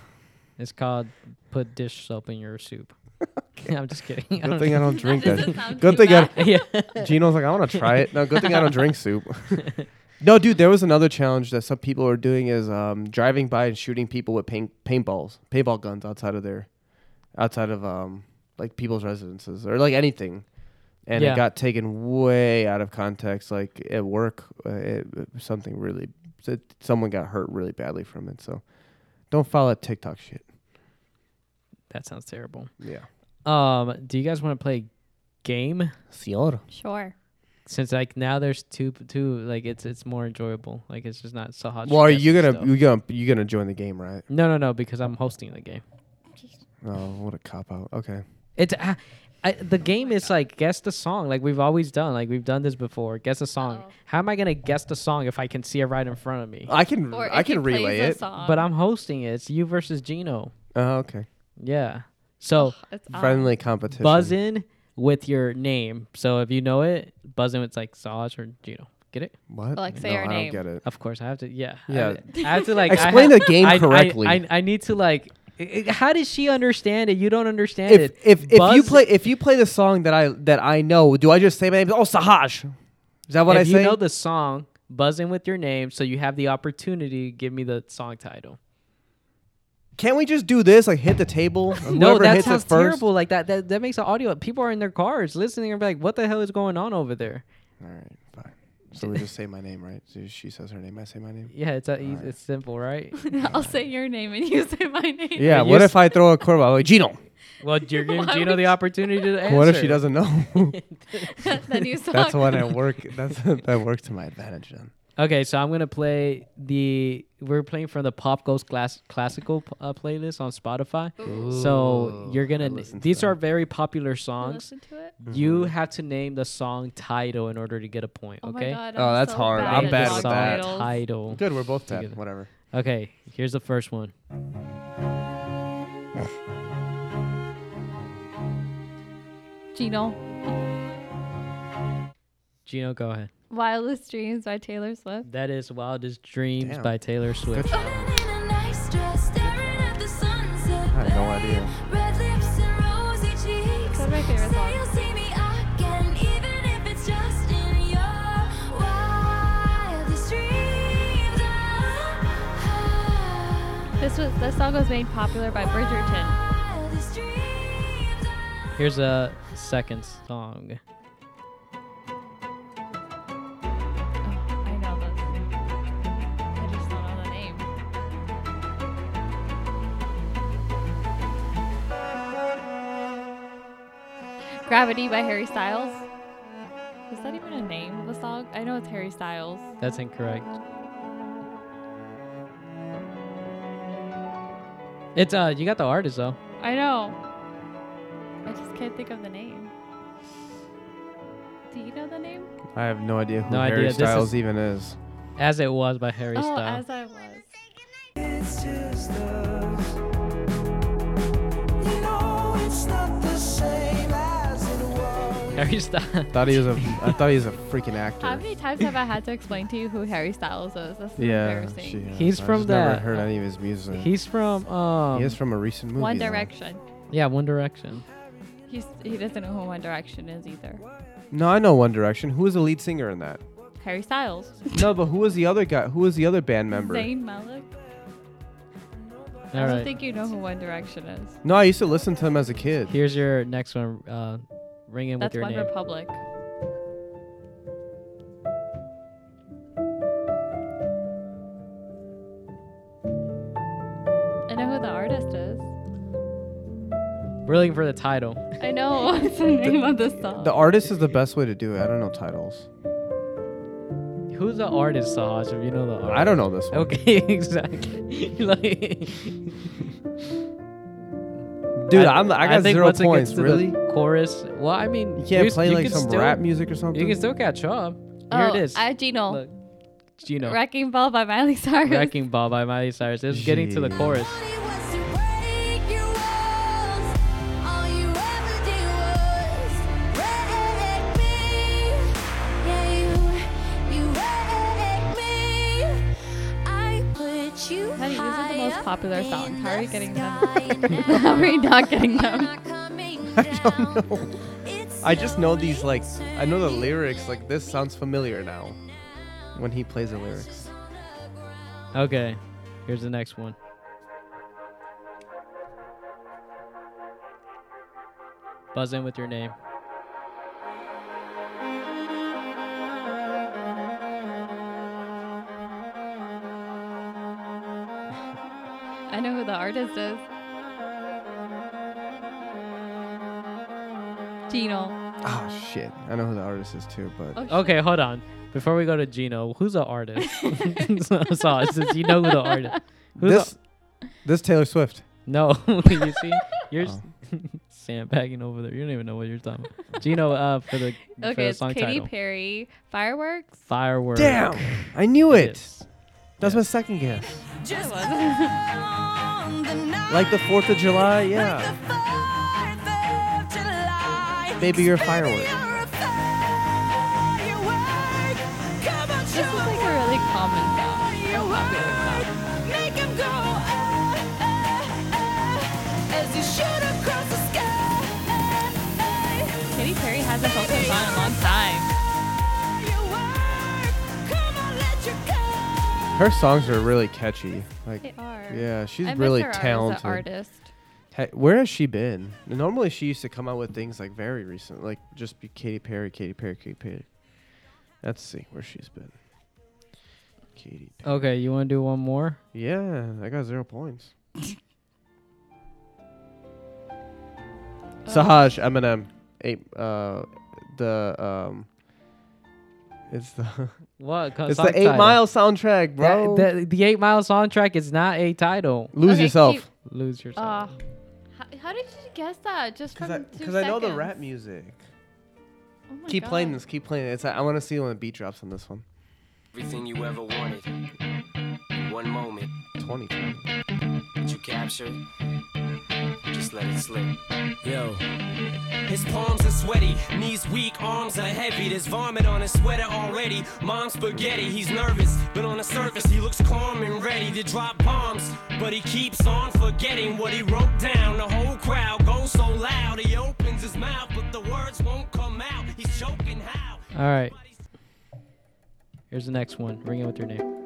S2: It's called put dish soap in your
S4: *laughs*
S2: soup. *laughs* I'm just kidding. I
S4: Good
S2: don't-
S4: thing I
S3: *laughs*
S4: don't drink
S3: That
S4: that.
S3: doesn't sound
S4: Good
S3: too
S4: thing I.
S3: bad.
S2: *laughs* yeah.
S4: Gino's like, I want to try it. No, good thing I don't drink soup. no, dude, there was another challenge that some people are doing is um, driving by and shooting people with paint paintballs, paintball guns outside of their, outside of um like people's residences or like anything, and
S2: Yeah.
S4: it got taken way out of context. Like at work, uh, it, it was something really, that someone got hurt really badly from it. So, don't follow that TikTok shit.
S2: That sounds terrible.
S4: Yeah,
S2: Um, do you guys want to play a game?
S4: Señor.
S3: Sure.
S2: Since like now there's two two like it's it's more enjoyable. Like it's just not so hot.
S4: Well, are
S2: shit
S4: you
S2: guessing
S4: gonna
S2: stuff.
S4: you gonna you gonna join the game, right?
S2: No, no, no. Because I'm hosting the game.
S4: Oh, what a cop out. Okay.
S2: It's ah, I, the game is like guess the song, like we've always done. Like we've done this before. Guess a song.
S3: Uh-oh.
S2: How am I gonna guess the song if I can see it right in front of me?
S4: I can
S3: Or
S4: Mm, I
S3: if he
S4: can
S3: plays
S4: relay
S3: a
S4: it.
S3: song.
S2: but I'm hosting it. It's you versus Gino.
S4: Oh, okay.
S2: Yeah. So
S3: It's on.
S4: Friendly competition.
S2: buzz in with your name. So if you know it, buzz in with like Saj or Gino. Get it?
S4: What?
S3: Like, say
S4: no,
S3: our
S4: I
S3: name.
S4: don't get it.
S2: Of course, I have to. Yeah. I-
S4: Yeah.
S2: I, have to like I
S4: Explain
S2: ha-
S4: the game
S2: I- I-
S4: correctly.
S2: I, I need to like. i- i- How does she understand it? You don't understand
S4: If
S2: it.
S4: if, if you
S2: Buzz-
S4: play if you play the song that I that I know, do I just say my name? Oh, Sahaj. Is that what
S2: if
S4: I
S2: you
S4: say?
S2: know the song, buzz in with your name so you have the opportunity to give me the song title.
S4: Can't we just do this? Like hit the table.
S2: *laughs*
S4: and
S2: No,
S4: whoever
S2: that
S4: hits it
S2: sounds
S4: first.
S2: terrible. Like that, that that makes the audio. People are in their cars listening and be like, "What the hell is going on over there?"
S4: All right, fine. So we just say my name, right? So she says her name, I say my name.
S2: Yeah, it's a, eas- it's simple, right?
S3: *laughs*
S4: *laughs*
S3: I'll say your name and you say my name.
S4: Yeah.
S2: you
S4: What
S2: s-
S4: if I throw a curveball? Like Gino.
S2: well, you're giving
S3: Why
S2: Gino
S3: would
S2: the
S3: you-
S2: opportunity
S4: *laughs*
S2: to answer.
S4: What if she
S2: *laughs*
S4: doesn't know?
S3: *laughs* then you suck.
S4: *laughs*
S3: *laughs*
S4: that's what I work. That's that works to my advantage then.
S2: Okay, so I'm gonna play the we're playing from the Pop Goes Class classical p- uh, playlist on Spotify. so you're gonna
S4: listen to
S2: these
S4: that. Mm-hmm.
S2: are very popular
S3: You
S2: songs.
S3: Listen to it.
S2: You have to name the song title in order to get a point.
S3: Oh
S2: okay.
S3: my god.
S4: Oh,
S3: I'm
S4: that's
S3: so
S4: hard.
S3: Bad
S4: I'm
S2: Name
S3: at
S2: the
S4: bad
S3: song
S4: with
S2: song
S4: that.
S3: titles.
S2: title.
S4: Good, we're both bad.
S2: Together.
S4: Whatever.
S2: Okay, here's the first one.
S3: Gino.
S2: Gino, go ahead.
S3: Wildest Dreams by Taylor Swift.
S2: That is Wildest Dreams
S4: Damn.
S2: by Taylor Swift.
S1: in a nice dress, staring at the sunset.
S4: I had no idea.
S1: Red lips and rosy cheeks.
S3: That's my favorite
S1: Say
S3: song.
S1: you'll see me again, even if it's just in your wildest dreams. Ah,
S3: This was this song was made popular by Bridgerton.
S1: wildest dreams. Ah.
S2: Here's a second song.
S3: I know this. I just don't know the name. Gravity by Harry Styles. Is that even a name of a song? I know it's Harry Styles.
S2: That's incorrect. It's uh, you got the artist though.
S3: I know. I just can't think of the name. Do you know the name?
S4: I have no idea who
S2: No idea.
S4: Harry
S2: This
S4: Styles
S2: is-
S4: even is.
S2: As it was by Harry
S3: oh,
S2: Styles.
S3: as I was.
S2: Harry Styles. *laughs*
S4: Thought he was a. I thought he was a freaking actor.
S3: How many times have I had to explain to you who Harry Styles is? This is
S4: yeah,
S3: embarrassing.
S4: she has.
S2: He's
S4: I
S2: from
S4: just Never
S2: that-
S4: heard any of his music.
S2: He's from um.
S4: he is uh, from a recent movie.
S3: One
S4: though.
S3: Direction.
S2: yeah, One Direction.
S3: He's, he doesn't know who One Direction is either.
S4: No, I know One Direction. Who was the lead singer in that?
S3: Harry Styles.
S4: no, but who was the other guy? Who was the other band member?
S3: Zayn Malik.
S2: All
S3: I don't
S2: right.
S3: think you know who One Direction is.
S4: No, I used to listen to him as a kid.
S2: Here's your next one. Uh, ring in
S3: That's
S2: with your
S3: One
S2: name.
S3: Republic. I know who the artist is.
S2: We're looking for the title. *laughs*
S3: I know *laughs* what's the name of the song.
S4: The artist is the best way to do it. I don't know titles.
S2: Who's the artist, Saj? If you know the artist.
S4: I don't know this
S2: *laughs*
S4: one.
S2: Okay, exactly. like,
S4: Dude, I'm, I got
S2: think
S4: zero
S2: once it gets
S4: points.
S2: to the
S4: Really?
S2: chorus. Well, I mean,
S4: You can't
S2: you-
S4: play
S2: you
S4: like
S2: could
S4: some
S2: still-
S4: rap music or something?
S2: You can still catch up. Here
S3: oh,
S2: it is.
S3: I, Gino.
S2: Look, Gino.
S3: Wrecking Ball by Miley Cyrus. *laughs*
S2: Wrecking Ball by Miley Cyrus. It's getting to the
S4: Jeez.
S2: chorus.
S3: Honey, these are the most popular songs. How are you getting them? How
S1: How
S3: are you not getting *laughs* them?
S1: I
S4: don't know. I just know these like I know
S1: *laughs*
S4: the lyrics. Like this sounds familiar now, when he plays the lyrics.
S2: Okay, here's the next one. Buzz in with your name.
S3: I know who the artist is. Gino.
S4: Ah shit! I know who the artist is too, but
S3: Oh,
S2: Okay, hold on. Before we go to Gino, who's the
S3: *laughs*
S2: artist? *laughs* so, so, since you know who the artist. Who's the-
S4: this this Taylor Swift.
S2: no, *laughs* you see, you're s-
S4: Oh.
S2: *laughs* sandbagging over there. You don't even know what you're talking about. Gino, uh, for the
S3: *laughs* Okay,
S2: for the
S3: it's
S2: song
S3: Katy
S2: title,
S3: Perry. Fireworks.
S2: Fireworks.
S4: Damn! I knew it.
S2: Yes.
S4: That was my second guess.
S3: It was.
S4: Like the Fourth of July, yeah. Baby, you're a firework.
S3: this is like a really common song.
S4: uh,
S3: Katy Perry hasn't posted a song in a long time.
S4: Her songs are really catchy. Like,
S3: They are.
S4: yeah, she's
S3: I miss
S4: really
S3: her as a
S4: talented.
S3: artist.
S4: Ha- Where has she been? Normally, she used to come out with things like very recent, like just be Katy Perry, Katy Perry, Katy Perry. Let's see where she's been. Katy. Perry.
S2: Okay, you want to do one more?
S4: Yeah, I got zero points.
S3: *laughs*
S4: Sahaj Eminem, eight, uh, the um, it's the
S2: What?
S4: it's the Eight Mile soundtrack, bro.
S2: That, the, the Eight Mile soundtrack is not a title.
S4: Lose
S3: Okay,
S4: yourself.
S3: keep-
S2: Lose yourself.
S3: Ah. how, how did you guess that? Just from
S4: Cause I,
S3: two
S4: cause I know the
S3: seconds?
S4: rap music.
S3: Oh my
S4: keep playing
S3: God.
S4: this. Keep playing it. It's I want to see when the beat drops on this one.
S8: Everything you ever wanted. in One moment
S4: Twenty.
S8: that you captured. Just let it slip. Yo. His palms are sweaty, knees weak, arms are heavy. There's vomit on his sweater already. Mom's spaghetti, he's nervous, but on the surface he looks calm and ready to drop bombs. But he keeps on forgetting what he wrote down. The whole crowd goes so loud, he opens his mouth, but the words won't come out. He's choking how?
S2: All right. Here's the next one. Ring it with your name.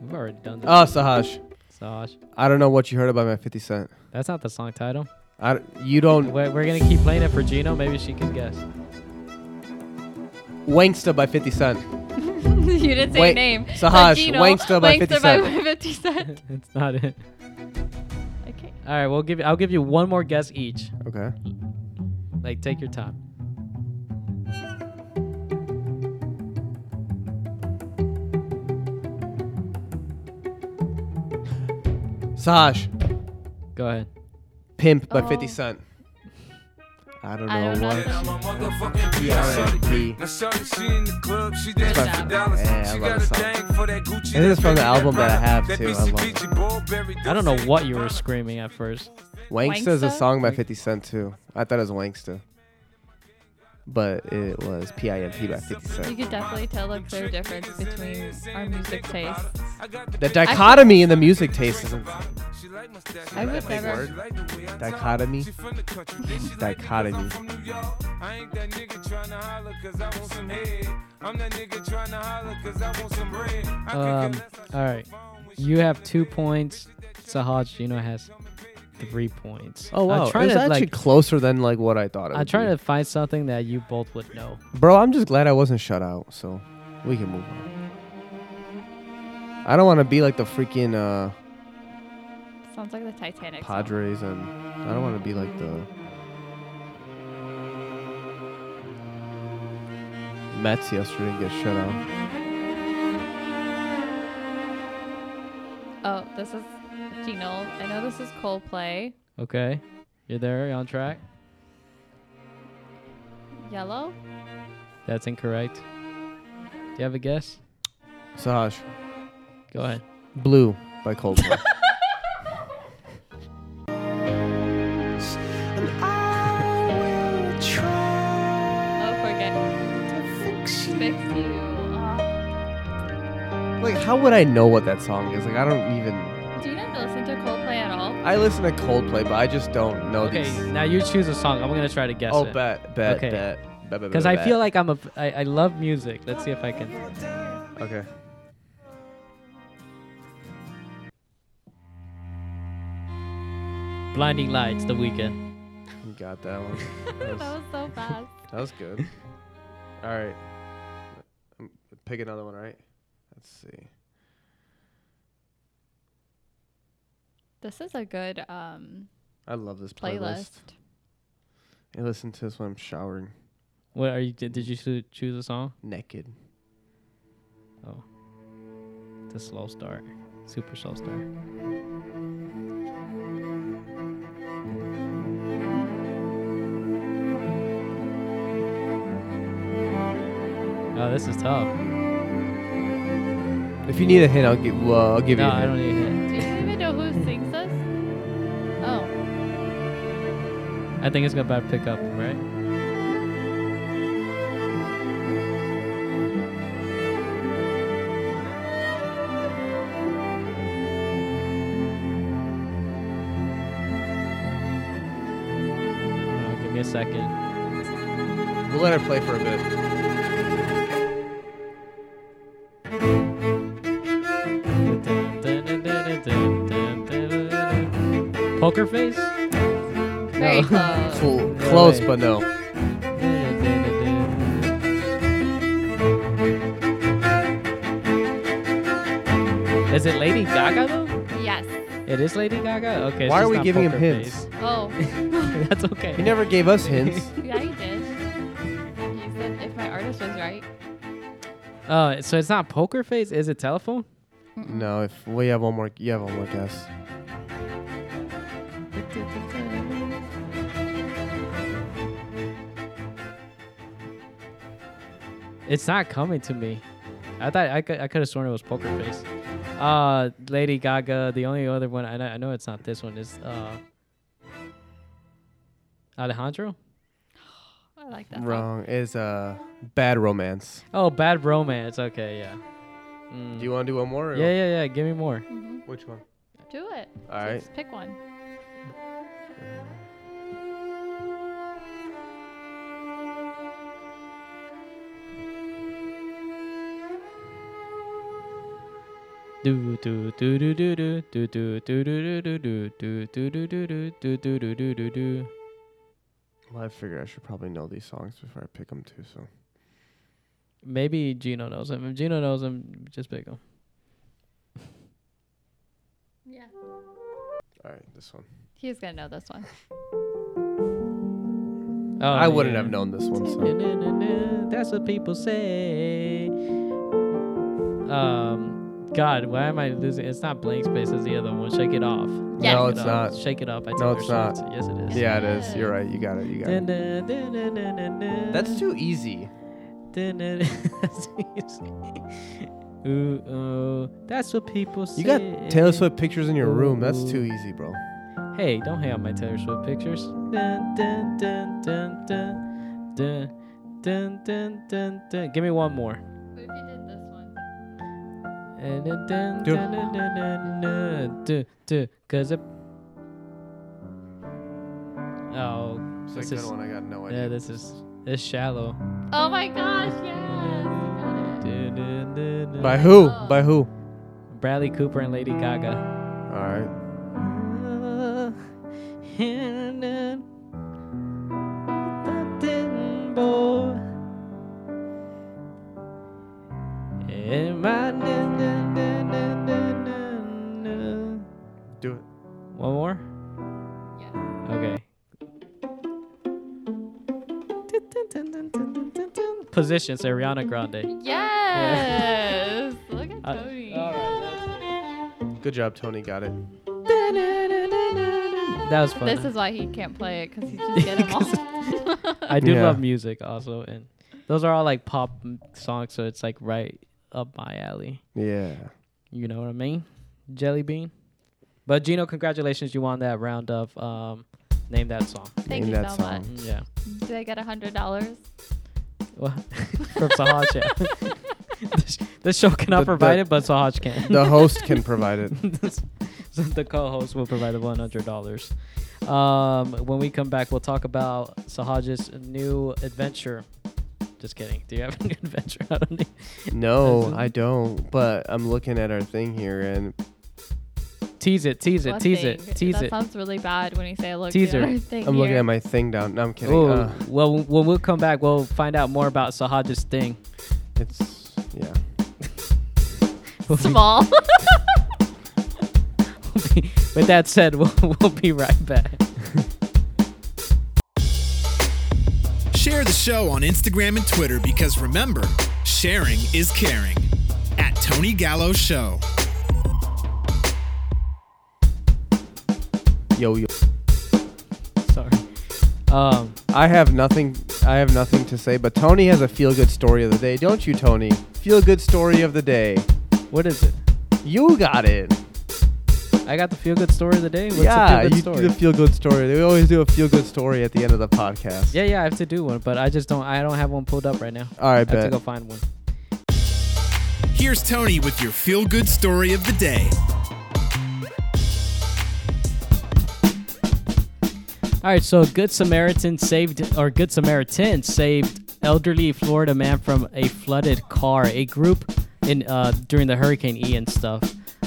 S2: We've already done this.
S4: Oh, Sahaj.
S2: Sash.
S4: I don't know what you heard about my Fifty Cent.
S2: That's not the song title.
S4: I d- you don't
S2: We're, we're gonna keep playing it for Gino. Maybe she can guess. *laughs*
S4: Wangsta by Fifty Cent.
S3: *laughs* you didn't say
S4: Wait,
S3: your name.
S4: Sahaj,
S3: But Gino,
S4: Wangsta by 50
S3: Wangsta *laughs*
S4: Cent.
S3: 50 Cent.
S2: It's not it.
S3: Okay.
S2: All right. We'll give. You, I'll give you one more guess each.
S4: Okay.
S2: Like, take your time.
S4: Sahaj.
S2: Go ahead.
S4: Pimp by
S3: Oh.
S4: 50 Cent. I don't know
S3: I don't
S4: *laughs*
S3: know.
S4: what.
S3: this-
S8: E.
S4: B.R.M.P..
S9: Now shorty, she in the club, she dancing for dollars.
S4: Yeah, I
S9: she
S4: love
S9: got
S4: this
S9: a
S4: song.
S9: thing for that Gucci.
S4: And this is
S9: that
S4: from the
S9: Fendi, that
S4: album that I
S9: Prada,
S4: have,
S9: that
S4: too. I
S9: BCBG,
S4: love it.
S9: Burberry,
S2: I don't know
S9: Dolce
S2: what you were
S9: Gabbana.
S2: screaming at first.
S4: Wangsta is a
S3: Wangsta?
S4: song by 50 Cent too. I thought it was Wangsta. But it was P.I.M.P. by 50
S3: You
S4: Cent.
S3: could definitely tell the clear difference between our music taste.
S9: I got the
S4: The dichotomy in the music taste isn't.
S9: She like my stash.
S3: I would never.
S9: She like the way I talk.
S4: Dichotomy?
S9: She from the country, then she like me 'cause
S4: Dichotomy.
S9: I'm from New York. I ain't that nigga tryna holler 'cause I want some head. I'm that nigga tryna holler 'cause I want some bread. I could care
S2: Um.
S9: less how she
S2: All right.
S9: perform when she
S2: You have two points. Sahaj Gino has three points.
S4: Oh wow,
S2: I'm
S4: it's
S2: trying to
S4: actually
S2: like.
S4: closer than like what I thought. It
S2: I'm
S4: would
S2: trying
S4: be.
S2: to find something that you both would know.
S4: Bro, I'm just glad I wasn't shut out, so we can move on. I don't want to be like the freaking uh,
S3: Sounds like the Titanic. song.
S4: Padres, and I don't want to be like the Mets yesterday and get shut out.
S3: Oh, this is Gino. I know this is Coldplay.
S2: Okay. You're there. You're on track.
S3: Yellow?
S2: That's incorrect. Do you have a guess?
S4: Saj,
S2: Go ahead.
S4: Blue by Coldplay.
S3: Oh, forget. Fix you. Uh,
S4: like, how would I know what that song is? Like, I don't even.
S3: do you not listen to Coldplay at all? Oh,
S4: I listen to Coldplay, but I just don't know
S2: Okay.
S4: these.
S2: Now you choose a song. I'm gonna try to guess
S4: Oh,
S2: it.
S4: bet, bet,
S2: Okay.
S4: bet, bet, bet.
S2: Because I feel like I'm a. f- I, I love music. Let's see if I can.
S4: Okay.
S2: Blinding Lights, The Weekend.
S4: You got that
S2: *laughs*
S4: one.
S3: that
S4: That was,
S3: was so fast.
S4: that was good. All right. Um, Pick another one, right? Let's see.
S3: This is a good um,
S4: I love this playlist.
S3: playlist.
S4: I listen to this when I'm showering
S2: What are you? Did, did you choo- choose a song?
S4: naked.
S2: Oh, the slow start, super slow start. Oh, this is tough.
S4: If you need a hint, I'll give. Well, I'll give
S2: No,
S4: you. a
S2: I
S4: hint.
S2: don't need it.
S3: Do you even know who sings this? Oh,
S2: I think it's gonna about pick up, right? Uh, give me a second.
S4: We'll let it play for a bit.
S2: Poker face?
S4: *laughs*
S3: very
S2: No.
S3: close.
S4: Cool. Close, but no.
S2: That Is it Lady Gaga though?
S3: Yes.
S2: It is Lady Gaga. Okay. it's
S4: Why
S2: just
S4: are we
S2: not
S4: giving him
S2: Poker
S4: hints?
S2: Face.
S3: Oh,
S2: *laughs* That's okay.
S4: He never gave
S2: *laughs*
S4: us hints.
S3: yeah, you did. You said if my artist was right.
S2: Uh, so it's not Poker Face. Is it Telephone?
S4: no, if we have one more, you have one more guess.
S3: Oh,
S2: It's not coming to me. I thought I could I could have sworn it was Poker Face. Uh, Lady Gaga. The only other one I know, I know it's not this one is uh Alejandro.
S3: I like that. song.
S4: Wrong is uh bad romance.
S2: Oh, Bad Romance. Okay, yeah.
S4: Do you want to do one more? or-
S2: Yeah, yeah, yeah. Give me more.
S4: Which one?
S3: Do it.
S4: All right.
S3: Just pick one.
S2: Do do do do do do do do do do do do do do do do do do do do do do do.
S4: Well, I figure I should probably know these songs before I pick them too. So
S2: Maybe Gino knows him. If Gino knows him, just pick him.
S3: Yeah.
S4: all right, this one.
S3: He's gonna know this one.
S2: Oh,
S4: I wouldn't
S2: yeah.
S4: have known this one. So.
S2: Na-na-na-na, That's what people say. Um, God, why am I losing? It's not blank space. It's the other one. Shake it off.
S3: Yes.
S4: No,
S2: Shake
S4: it's
S2: It
S4: not.
S2: Off. Shake it off. by
S4: No, it's
S2: Taylor
S4: not.
S2: Swift. Yes, it is.
S4: Yeah, it is. You're right. You got it. You got it.
S2: Da-na-na-na-na-na.
S4: That's too easy.
S2: *laughs* Ooh, oh, that's what people say.
S4: You got Taylor Swift pictures in your room. That's too easy, bro.
S2: Hey, don't hang on my Taylor Swift pictures. Dun, dun, dun, dun, dun, dun, dun, dun, dun, dun. Give me one more.
S3: What if you did this one?
S2: Dun, dun, dun,
S4: Do it.
S2: dun, dun, dun, dun, dun, dun, dun, Cause it. Oh, this is
S4: I got no
S2: yeah, this is it's shallow.
S3: Oh my gosh! Yes.
S2: Dun, dun, dun, dun.
S4: By who? By who?
S2: Bradley Cooper and Lady Gaga.
S4: All right.
S2: One
S4: Do it.
S2: more? Okay. Positions, Ariana Grande.
S4: *laughs*
S3: Yes. Yes. Look at
S2: Uh,
S3: Tony.
S4: Oh. Good job, Tony. Got it.
S3: Da,
S2: That was fun.
S3: This is why he can't play it because he's just
S4: *laughs*
S3: getting all.
S2: I do
S4: Yeah.
S2: love music also, and those are all like pop m- songs, so it's like right up my alley.
S4: Yeah.
S2: You know what I mean? Jelly bean. But Gino, congratulations! You won that round of um, name that song. Mm,
S3: Thank
S4: Name
S3: you
S4: that
S3: so much.
S4: song.
S2: Yeah.
S3: Do I get a hundred
S4: *laughs*
S3: dollars?
S2: Well, From Sahaj. yeah. this, this show cannot
S4: The- the-
S2: provide it, but Sahaj can. *laughs*
S4: The host can provide it.
S2: so the co-host will provide the one hundred dollars. Um, when we come back, we'll talk about Sahaj's new adventure. Just kidding. Do you have a new *laughs* adventure? I don't need.
S4: No,
S2: That's it.
S4: I don't. But I'm looking at our thing here, and
S2: Tease it. Tease it.
S3: One
S2: Tease it.
S3: thing.
S2: Tease
S3: that
S2: it.
S3: sounds really bad when you say look.
S2: Teaser.
S4: I'm looking at my thing down. No, I'm kidding.
S2: Oh,
S4: Uh,
S2: well, w- when we'll come back, we'll find out more about Sahaj's thing. *laughs*
S4: it's yeah.
S2: We'll be-
S3: *laughs* small.
S2: With that said, *laughs* we'll, we'll be right back.
S10: Share the show on Instagram and Twitter because remember, sharing is caring. At Tony Gallo Show.
S4: Yo, yo.
S2: Sorry. Um,
S4: I have nothing. I have nothing to say. But Tony has a feel-good story of the day, don't you, Tony? Feel-good story of the day.
S2: what is it?
S4: You got it.
S2: I got the feel good story of the day. What's
S4: yeah,
S2: the feel good
S4: you
S2: story?
S4: do the feel-good story. We always do a feel-good story at the end of the podcast.
S2: Yeah, yeah, I have to do one, but I just don't. I don't have one pulled up right now.
S4: All right,
S2: I have to
S4: bet.
S2: go find one.
S10: Here's Tony with your feel good story of the day.
S2: All right, so Good Samaritan saved, or Good Samaritan saved elderly Florida man from a flooded car. A group in uh, during the Hurricane Ian stuff,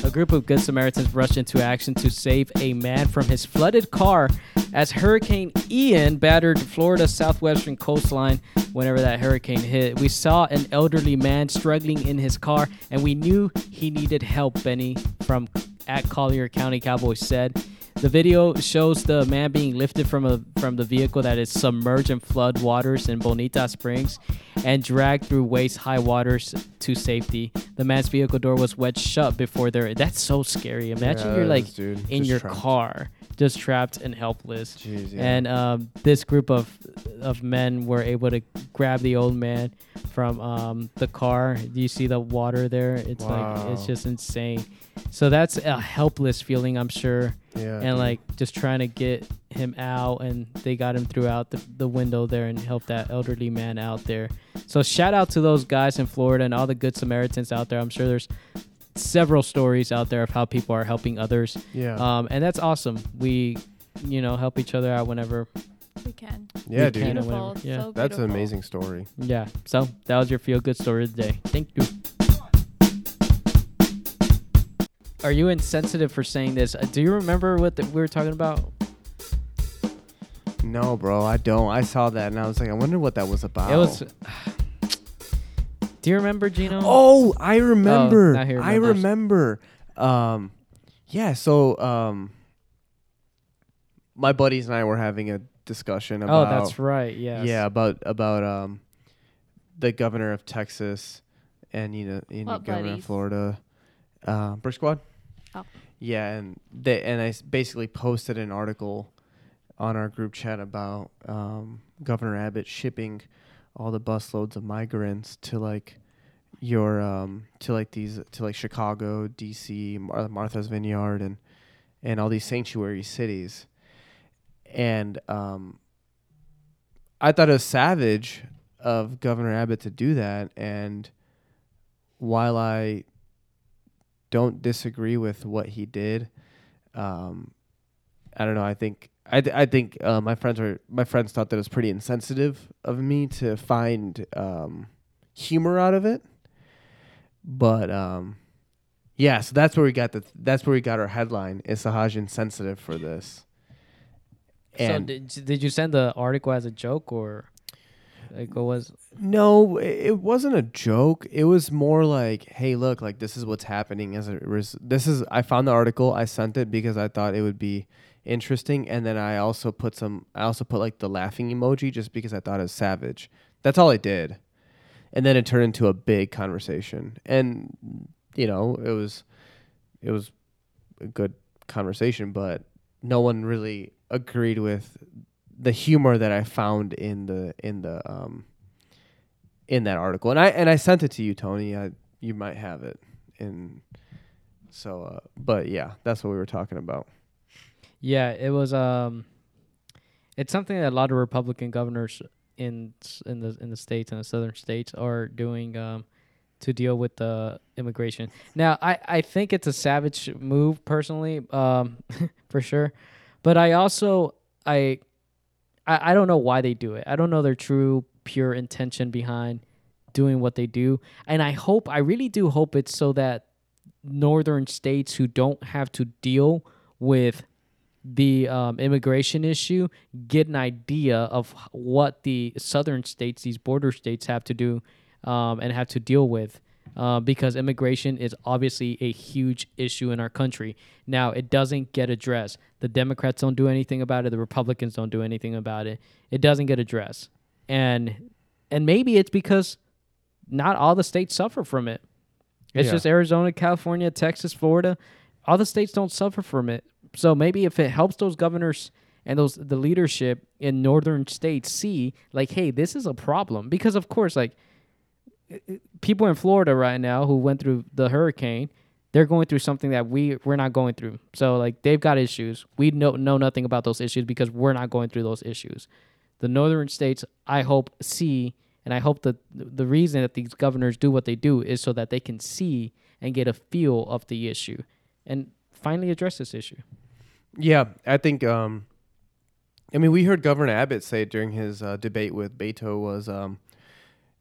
S2: a group of Good Samaritans rushed into action to save a man from his flooded car as Hurricane Ian battered Florida's southwestern coastline. Whenever that hurricane hit, we saw an elderly man struggling in his car, and we knew he needed help. Benny from at Collier County Cowboys said. The video shows the man being lifted from a from the vehicle that is submerged in flood waters in Bonita Springs and dragged through waist high waters to safety. The man's vehicle door was wedged shut before their that's so scary. Imagine
S4: Yeah,
S2: you're
S4: that
S2: like
S4: is, dude.
S2: in
S4: Just
S2: your
S4: trapped.
S2: car just trapped and helpless.
S4: Jeez, yeah.
S2: And um, this group of of men were able to grab the old man from um, the car. Do you see the water there? It's like it's
S4: Wow.
S2: just insane. So that's a helpless feeling, I'm sure
S4: Yeah.
S2: and like just trying to get him out and they got him throughout the, the window there and helped that elderly man out there so shout out to those guys in florida and all the good samaritans out there i'm sure there's several stories out there of how people are helping others
S4: Yeah.
S2: um, and that's awesome we you know help each other out whenever
S3: we can.
S4: yeah,
S2: we
S4: dude.
S2: can or
S3: Beautiful.
S2: whatever. yeah
S3: So
S4: That's an
S3: beautiful.
S4: amazing story.
S2: yeah so that was your feel good story of the day thank you are you insensitive for saying this Uh, do you remember what the, we were talking about
S4: No, bro, I don't. I saw that and I was like, I wonder what that was about.
S2: It was. *sighs* Do you remember Gino?
S4: Oh, I remember.
S2: now he
S4: I remember. Um, yeah. So, um, my buddies and I were having a discussion
S2: oh,
S4: about.
S2: that's right. Yes.
S4: Yeah, about about um, the governor of Texas, and you know, and the
S3: What
S4: governor
S3: buddies?
S4: of Florida, uh, Brick Squad.
S3: Oh.
S4: Yeah, and they and I s- basically posted an article on our group chat about um, Governor Abbott shipping all the busloads of migrants to like your um to like these to like Chicago, DC, Mar- Martha's Vineyard, and and all these sanctuary cities, and um, I thought it was savage of Governor Abbott to do that. And while I don't disagree with what he did, um, I don't know. I think I, th- I think uh, my friends are my friends thought that it was pretty insensitive of me to find um, humor out of it. But um, yeah, so that's where we got the that's where we got our headline. Is Sahaj insensitive for this?
S2: So did, did you send the article as a joke or like what was?
S4: No, i- it wasn't a joke. It was more like, "Hey, look, like this is what's happening." As a res- this is, I found the article, I sent it because I thought it would be interesting, and then I also put some, I also put like the laughing emoji just because I thought it was savage. That's all I did, and then it turned into a big conversation, and you know, it was, it was a good conversation, but no one really agreed with the humor that I found in the in the um, in that article, and I and I sent it to you, Tony. I, you might have it, and so, uh, but yeah, that's what we were talking about.
S2: Yeah, it was. Um, it's something that a lot of Republican governors in s- in the in the states and the southern states are doing um, to deal with the immigration. Now, I I think it's a savage move, personally, um, *laughs* for sure. But I also I, I I don't know why they do it. I don't know their true pure intention behind doing what they do, and I hope I really do hope it's so that northern states who don't have to deal with the um, immigration issue get an idea of h- what the southern states, these border states, have to do um, and have to deal with. Uh, because immigration is obviously a huge issue in our country. Now, it doesn't get addressed. The Democrats don't do anything about it. The Republicans don't do anything about it. It doesn't get addressed. And and maybe it's because not all the states suffer from it. It's
S4: Yeah.
S2: just Arizona, California, Texas, Florida. All the states don't suffer from it. So maybe if it helps those governors and those the leadership in northern states see like, hey, this is a problem because of course like i- i- people in Florida right now who went through the hurricane, they're going through something that we we're not going through. So like they've got issues. We know know nothing about those issues because we're not going through those issues. The northern states, I hope, see, and I hope that th- the reason that these governors do what they do is so that they can see and get a feel of the issue, and finally address this issue.
S4: Yeah, I think. Um, I mean, we heard Governor Abbott say during his uh, debate with Beto was, um,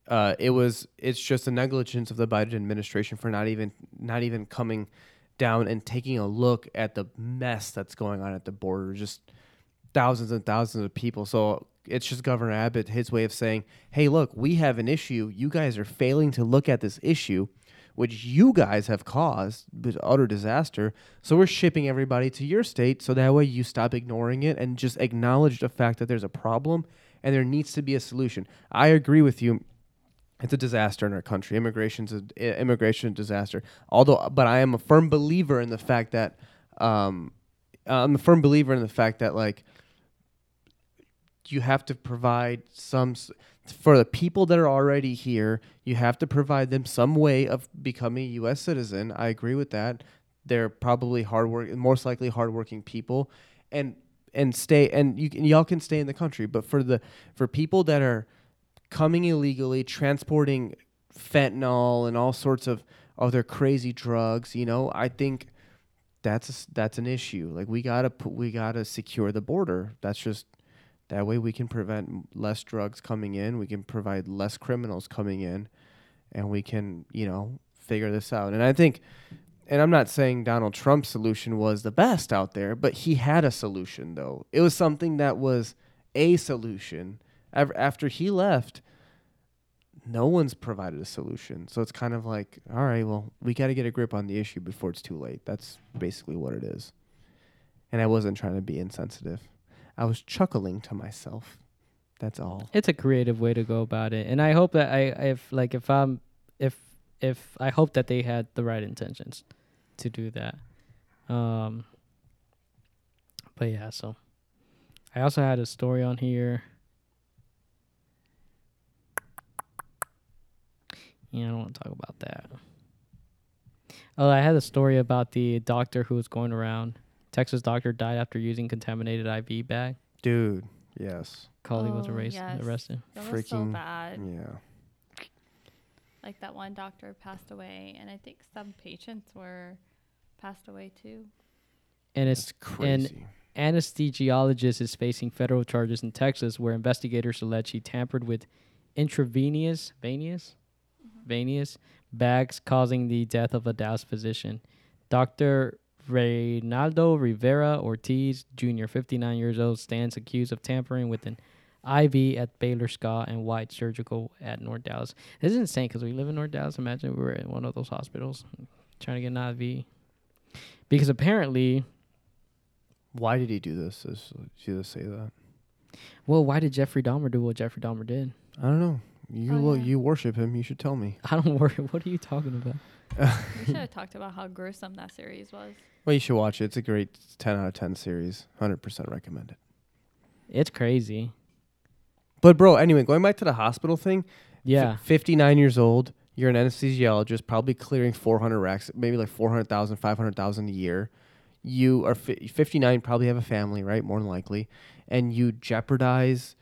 S4: uh, it was, it's just a negligence of the Biden administration for not even, not even coming down and taking a look at the mess that's going on at the border. Just thousands and thousands of people. So it's just Governor Abbott, his way of saying, hey, look, we have an issue. You guys are failing to look at this issue, which you guys have caused this utter disaster. So we're shipping everybody to your state so that way you stop ignoring it and just acknowledge the fact that there's a problem and there needs to be a solution. I agree with you it's a disaster in our country. Immigration's a i- immigration disaster. Although, but I am a firm believer in the fact that um, I'm a firm believer in the fact that like you have to provide some s- for the people that are already here. You have to provide them some way of becoming a U.S. citizen. I agree with that. They're probably hard work, most likely hardworking people, and and stay and you can, y'all can stay in the country. But for the for people that are coming illegally, transporting fentanyl and all sorts of other crazy drugs. You know, I think that's a s that's an issue. Like we gotta put, we gotta secure the border. That's just that way we can prevent m- less drugs coming in. We can provide less criminals coming in, and we can you know figure this out. And I think. And I'm not saying Donald Trump's solution was the best out there, but he had a solution though. It was something that was a solution. Av- After he left, no one's provided a solution. So it's kind of like, all right, well, we got to get a grip on the issue before it's too late. That's basically what it is. And I wasn't trying to be insensitive. I was chuckling to myself. That's all.
S2: it's a creative way to go about it and i hope that i if like if i'm if if i hope that they had the right intentions to do that um but yeah so i also had a story on here yeah i don't want to talk about that oh i had a story about the doctor who was going around texas doctor died after using contaminated iv bag
S4: Dude, yes.
S2: Collie was
S3: Oh,
S2: arras-
S3: yes.
S2: arrested
S3: That was so
S4: Freaking-
S3: bad.
S4: Yeah.
S3: Like that one doctor passed away, and I think some patients were passed away too.
S2: and it's
S4: It's crazy.
S2: An anesthesiologist is facing federal charges in Texas where investigators allege he tampered with intravenous venous venous bags causing the death of a Dallas physician. Dr. Reynaldo Rivera Ortiz Jr., 59 years old, stands accused of tampering with an IV at Baylor Scott and White Surgical at North Dallas. This is insane because we live in North Dallas. Imagine we were in one of those hospitals trying to get an IV. Because apparently,
S4: Why did he do this? Is- Did you say that?
S2: Well, why did Jeffrey Dahmer do what Jeffrey Dahmer did? *laughs*
S4: I don't know. You
S3: Oh,
S4: lo-
S3: yeah.
S4: you worship him. You should tell me.
S2: *laughs* I don't worry. What are you talking about?
S3: We should have talked about how gruesome that series was.
S4: Well, you should watch it. It's a great 10 out of 10 series. 100% recommend it.
S2: It's crazy.
S4: But, bro, anyway, going back to the hospital thing.
S2: Yeah.
S4: f- 59 years old. You're an anesthesiologist, probably clearing 400 racks, maybe like 400,000, 500,000 a year. You are fi- 59, probably have a family, right? More than likely. And you jeopardize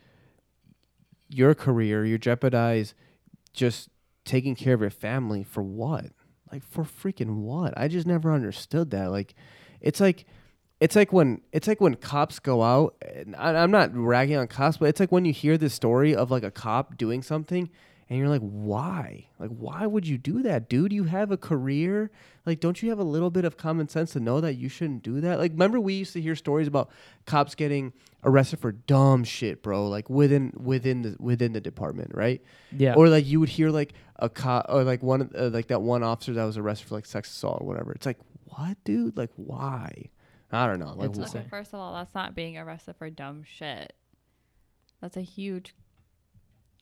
S4: your career. You jeopardize just taking care of your family for what? Like for freaking what? I just never understood that. Like it's like it's like when it's like when cops go out and I, I'm not ragging on cops, but it's like when you hear this story of like a cop doing something and you're like, why? Like why would you do that, dude? You have a career. Like don't you have a little bit of common sense to know that you shouldn't do that? Like remember we used to hear stories about cops getting arrested for dumb shit, bro, like within within the within the department, right?
S2: Yeah.
S4: Or like you would hear like a cop or like one of- uh, like that one officer that was arrested for like sex assault or whatever. It's like what, dude? Like why? I don't know. Like
S2: It's
S4: wh-
S2: Okay.
S3: Okay, first of all, that's not being arrested for dumb shit. That's a huge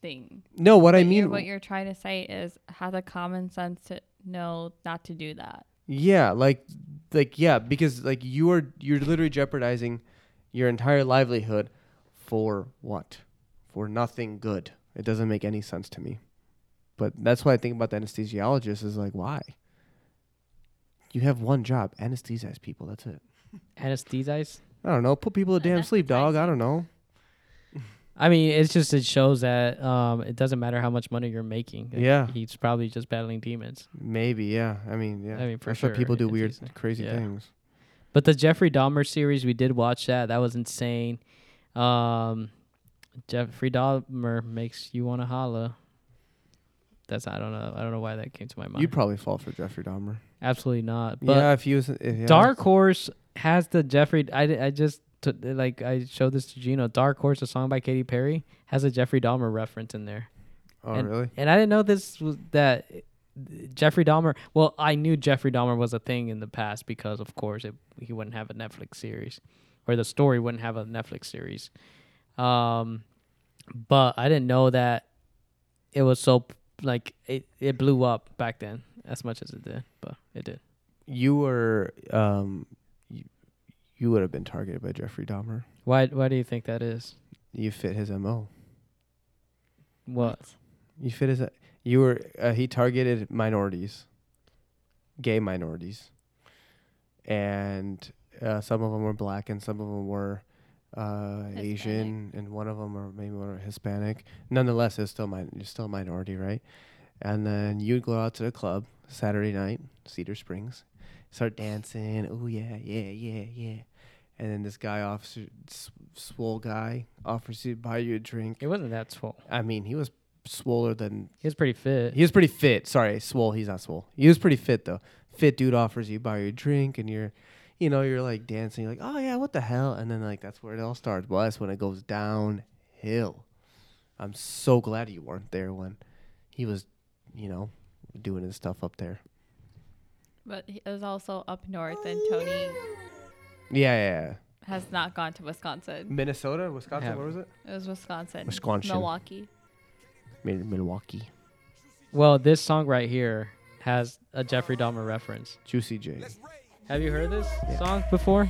S3: thing.
S4: no, what I
S3: But you're-
S4: mean,
S3: what you're trying to say is have the common sense to know not to do that.
S4: yeah, like like yeah, because like you are you're literally jeopardizing your entire livelihood for what? For nothing good. It doesn't make any sense to me. But that's why I think about the anesthesiologist is like why? You have one job, anesthetize people. That's it.
S2: Anesthetize.
S4: I don't know. Put people to damn sleep, dog. I don't know.
S2: I mean, it's just it shows that um, it doesn't matter how much money you're making. Like,
S4: Yeah.
S2: he's probably just battling demons.
S4: Maybe, yeah. I mean, yeah.
S2: I mean, for
S4: That's
S2: sure,
S4: why people do
S2: it's
S4: weird,
S2: easy.
S4: crazy
S2: Yeah.
S4: things.
S2: But the Jeffrey Dahmer series, we did watch that. That was insane. Um, Jeffrey Dahmer makes you want to holla. That's I don't know. I don't know why that came to my mind.
S4: You'd probably fall for Jeffrey Dahmer.
S2: Absolutely not. But
S4: yeah, if he was if, yeah.
S2: Dark Horse has the Jeffrey. I, I just t- like I showed this to Gino. Dark Horse, a song by Katy Perry, has a Jeffrey Dahmer reference in there.
S4: Oh,
S2: and,
S4: really?
S2: And I didn't know this was that Jeffrey Dahmer. Well, I knew Jeffrey Dahmer was a thing in the past because, of course, it, he wouldn't have a Netflix series, or the story wouldn't have a Netflix series. Um, but I didn't know that it was so like it, it blew up back then as much as it did, but it did.
S4: You were um you, you would have been targeted by Jeffrey Dahmer.
S2: Why why do you think that is?
S4: You fit his MO.
S2: What?
S4: You fit his you were uh, he targeted minorities. Gay minorities. And uh, some of them were black and some of them were uh, Asian and one of them or maybe one were Hispanic. Nonetheless, it's still min- you're still a minority, right? And then you'd go out to the club Saturday night, Cedar Springs, start dancing. Oh yeah, yeah, yeah, yeah. And then this guy, officer, s- swole guy, offers you buy you a drink.
S2: It wasn't that swole.
S4: I mean, he was swoller than
S2: He was pretty fit.
S4: he was pretty fit. Sorry, swole. He's not swole. He was pretty fit though. Fit dude offers you buy your drink, and you're, you know, you're like dancing. You're like, oh yeah, what the hell? And then like that's where it all starts. Well, that's when it goes downhill. I'm so glad you weren't there when he was, you know, doing his stuff up there.
S3: But he is also up north, and
S4: *gasps*
S3: Tony
S4: Yeah, yeah. yeah.
S3: has not gone to Wisconsin.
S4: Minnesota, Wisconsin.
S2: Yeah. where
S4: was it?
S3: It was Wisconsin.
S4: Wisconsin.
S3: Milwaukee.
S4: Milwaukee.
S2: well, this song right here has a Jeffrey Dahmer reference.
S4: Juicy J.
S2: Have you heard this song before?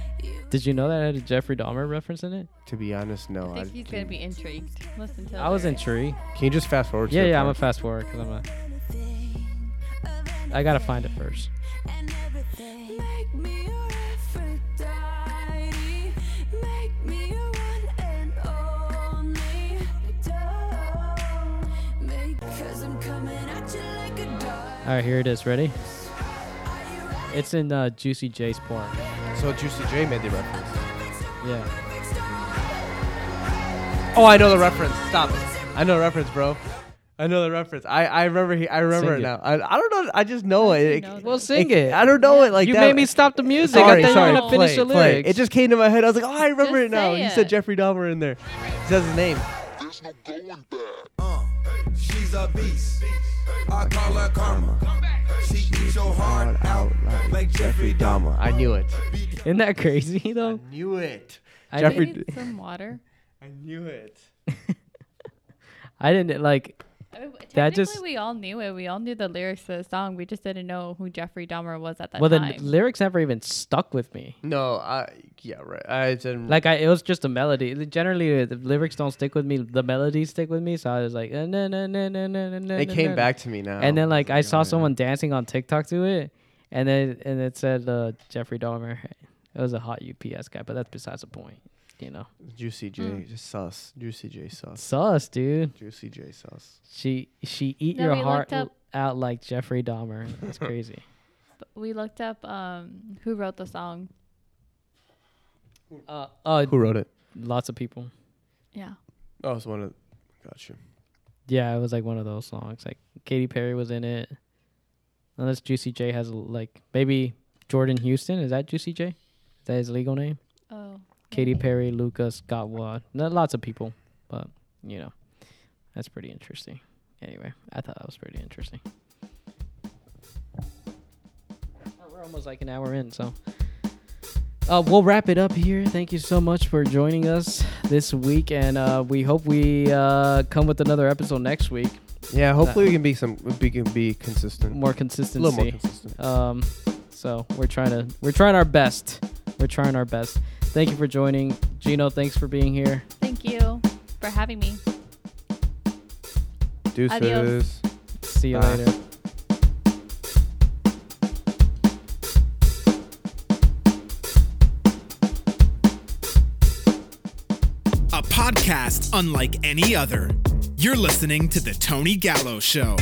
S2: Did you know that it had a Jeffrey Dahmer reference in it?
S4: To be honest, no.
S3: I
S4: I
S3: think he's going to be intrigued. Listen to
S2: I was
S3: lyrics.
S2: intrigued.
S4: Can you just fast forward? to
S2: Yeah,
S4: the
S2: yeah. I'm
S4: part?
S2: gonna fast forward because I'm a. I gotta find it first.
S1: and everything. Make me your Aphrodite. Make me your one and only. Don't make, cause I'm coming at you like a dog.
S2: All right, here it is. Ready? It's in uh, Juicy J's porn.
S4: So Juicy J made the reference.
S2: Yeah.
S4: Oh, I know the reference. Stop it. I know the reference, bro. I know the reference. I, I remember he, I remember
S2: Sing
S4: it
S2: it.
S4: now. I, I don't know. I just know it. it,
S3: know that?
S2: Well, sing it.
S4: I don't know it like
S2: you
S4: that.
S2: made me stop the music.
S4: Sorry,
S2: I thought
S4: sorry.
S2: you were gonna finish
S4: play,
S2: the
S4: it, play it.
S2: lyrics.
S4: It just came to my head. I was like, oh, I remember
S3: Just
S4: it now.
S3: say
S4: You
S3: it.
S4: said Jeffrey Dahmer in there. He says his name.
S9: uh. She's a beast. I call her karma. She eats your heart out like Jeffrey Dahmer.
S4: I knew it.
S2: Isn't that crazy
S4: *laughs*
S2: though?
S4: Knew it.
S2: I
S3: Do
S2: *laughs*
S3: you
S4: Jeffrey.
S3: need some water.
S4: I knew it.
S2: I didn't like.
S3: I mean, Oh, technically,
S2: That just-
S3: we all knew it. We all knew the lyrics to the song. We just didn't know who Jeffrey Dahmer was at that
S2: Well, the
S3: time.
S2: n- lyrics never even stuck with me.
S4: No, I yeah right. I didn't
S2: Like I, it was just a melody. Li- Generally, uh, the lyrics don't stick with me. The melodies stick with me. So I was like, "Uh, na, na, na, na, na, na, na,
S4: It
S2: na,
S4: came
S2: na."
S4: back to me Oh, now.
S2: And then like I saw someone dancing on TikTok to it, and then and it said uh, Jeffrey Dahmer. It was a hot UPS guy, but that's besides the point. You know,
S4: Juicy J
S2: mm.
S4: just sus. Juicy J sus.
S2: sus, dude.
S4: Juicy J sus.
S2: She she eat
S3: No,
S2: your
S3: we looked
S2: heart
S3: up-
S2: out like Jeffrey Dahmer. That's
S3: *laughs*
S2: crazy.
S3: But we looked up um, who wrote the song.
S2: uh, uh,
S4: Who wrote it?
S2: lots of people.
S3: Yeah.
S4: Oh, it's one of. Gotcha.
S2: Yeah, it was like one of those songs. Like Katy Perry was in it. Unless Juicy J has like maybe Jordan Houston is that Juicy J? Is that his legal name?
S3: Oh.
S2: Katy Perry, Lucas, Scott Watt. No, lots of people, but you know, that's pretty interesting. Anyway, I thought that was pretty interesting. Oh, We're almost like an hour in, so uh, we'll wrap it up here. Thank you so much for joining us this week, and uh, we hope we uh, come with another episode next week.
S4: Yeah, hopefully we can be some. We can be consistent.
S2: More
S4: a
S2: consistency.
S4: little more consistent.
S2: Um, so we're trying to we're trying our best. We're trying our best. Thank you for joining, Gino. Thanks for being here.
S3: Thank you for having me.
S4: Deuces.
S3: adios.
S2: See you
S4: Bye.
S2: later.
S10: A podcast unlike any other. You're listening to The Tony Gallo Show.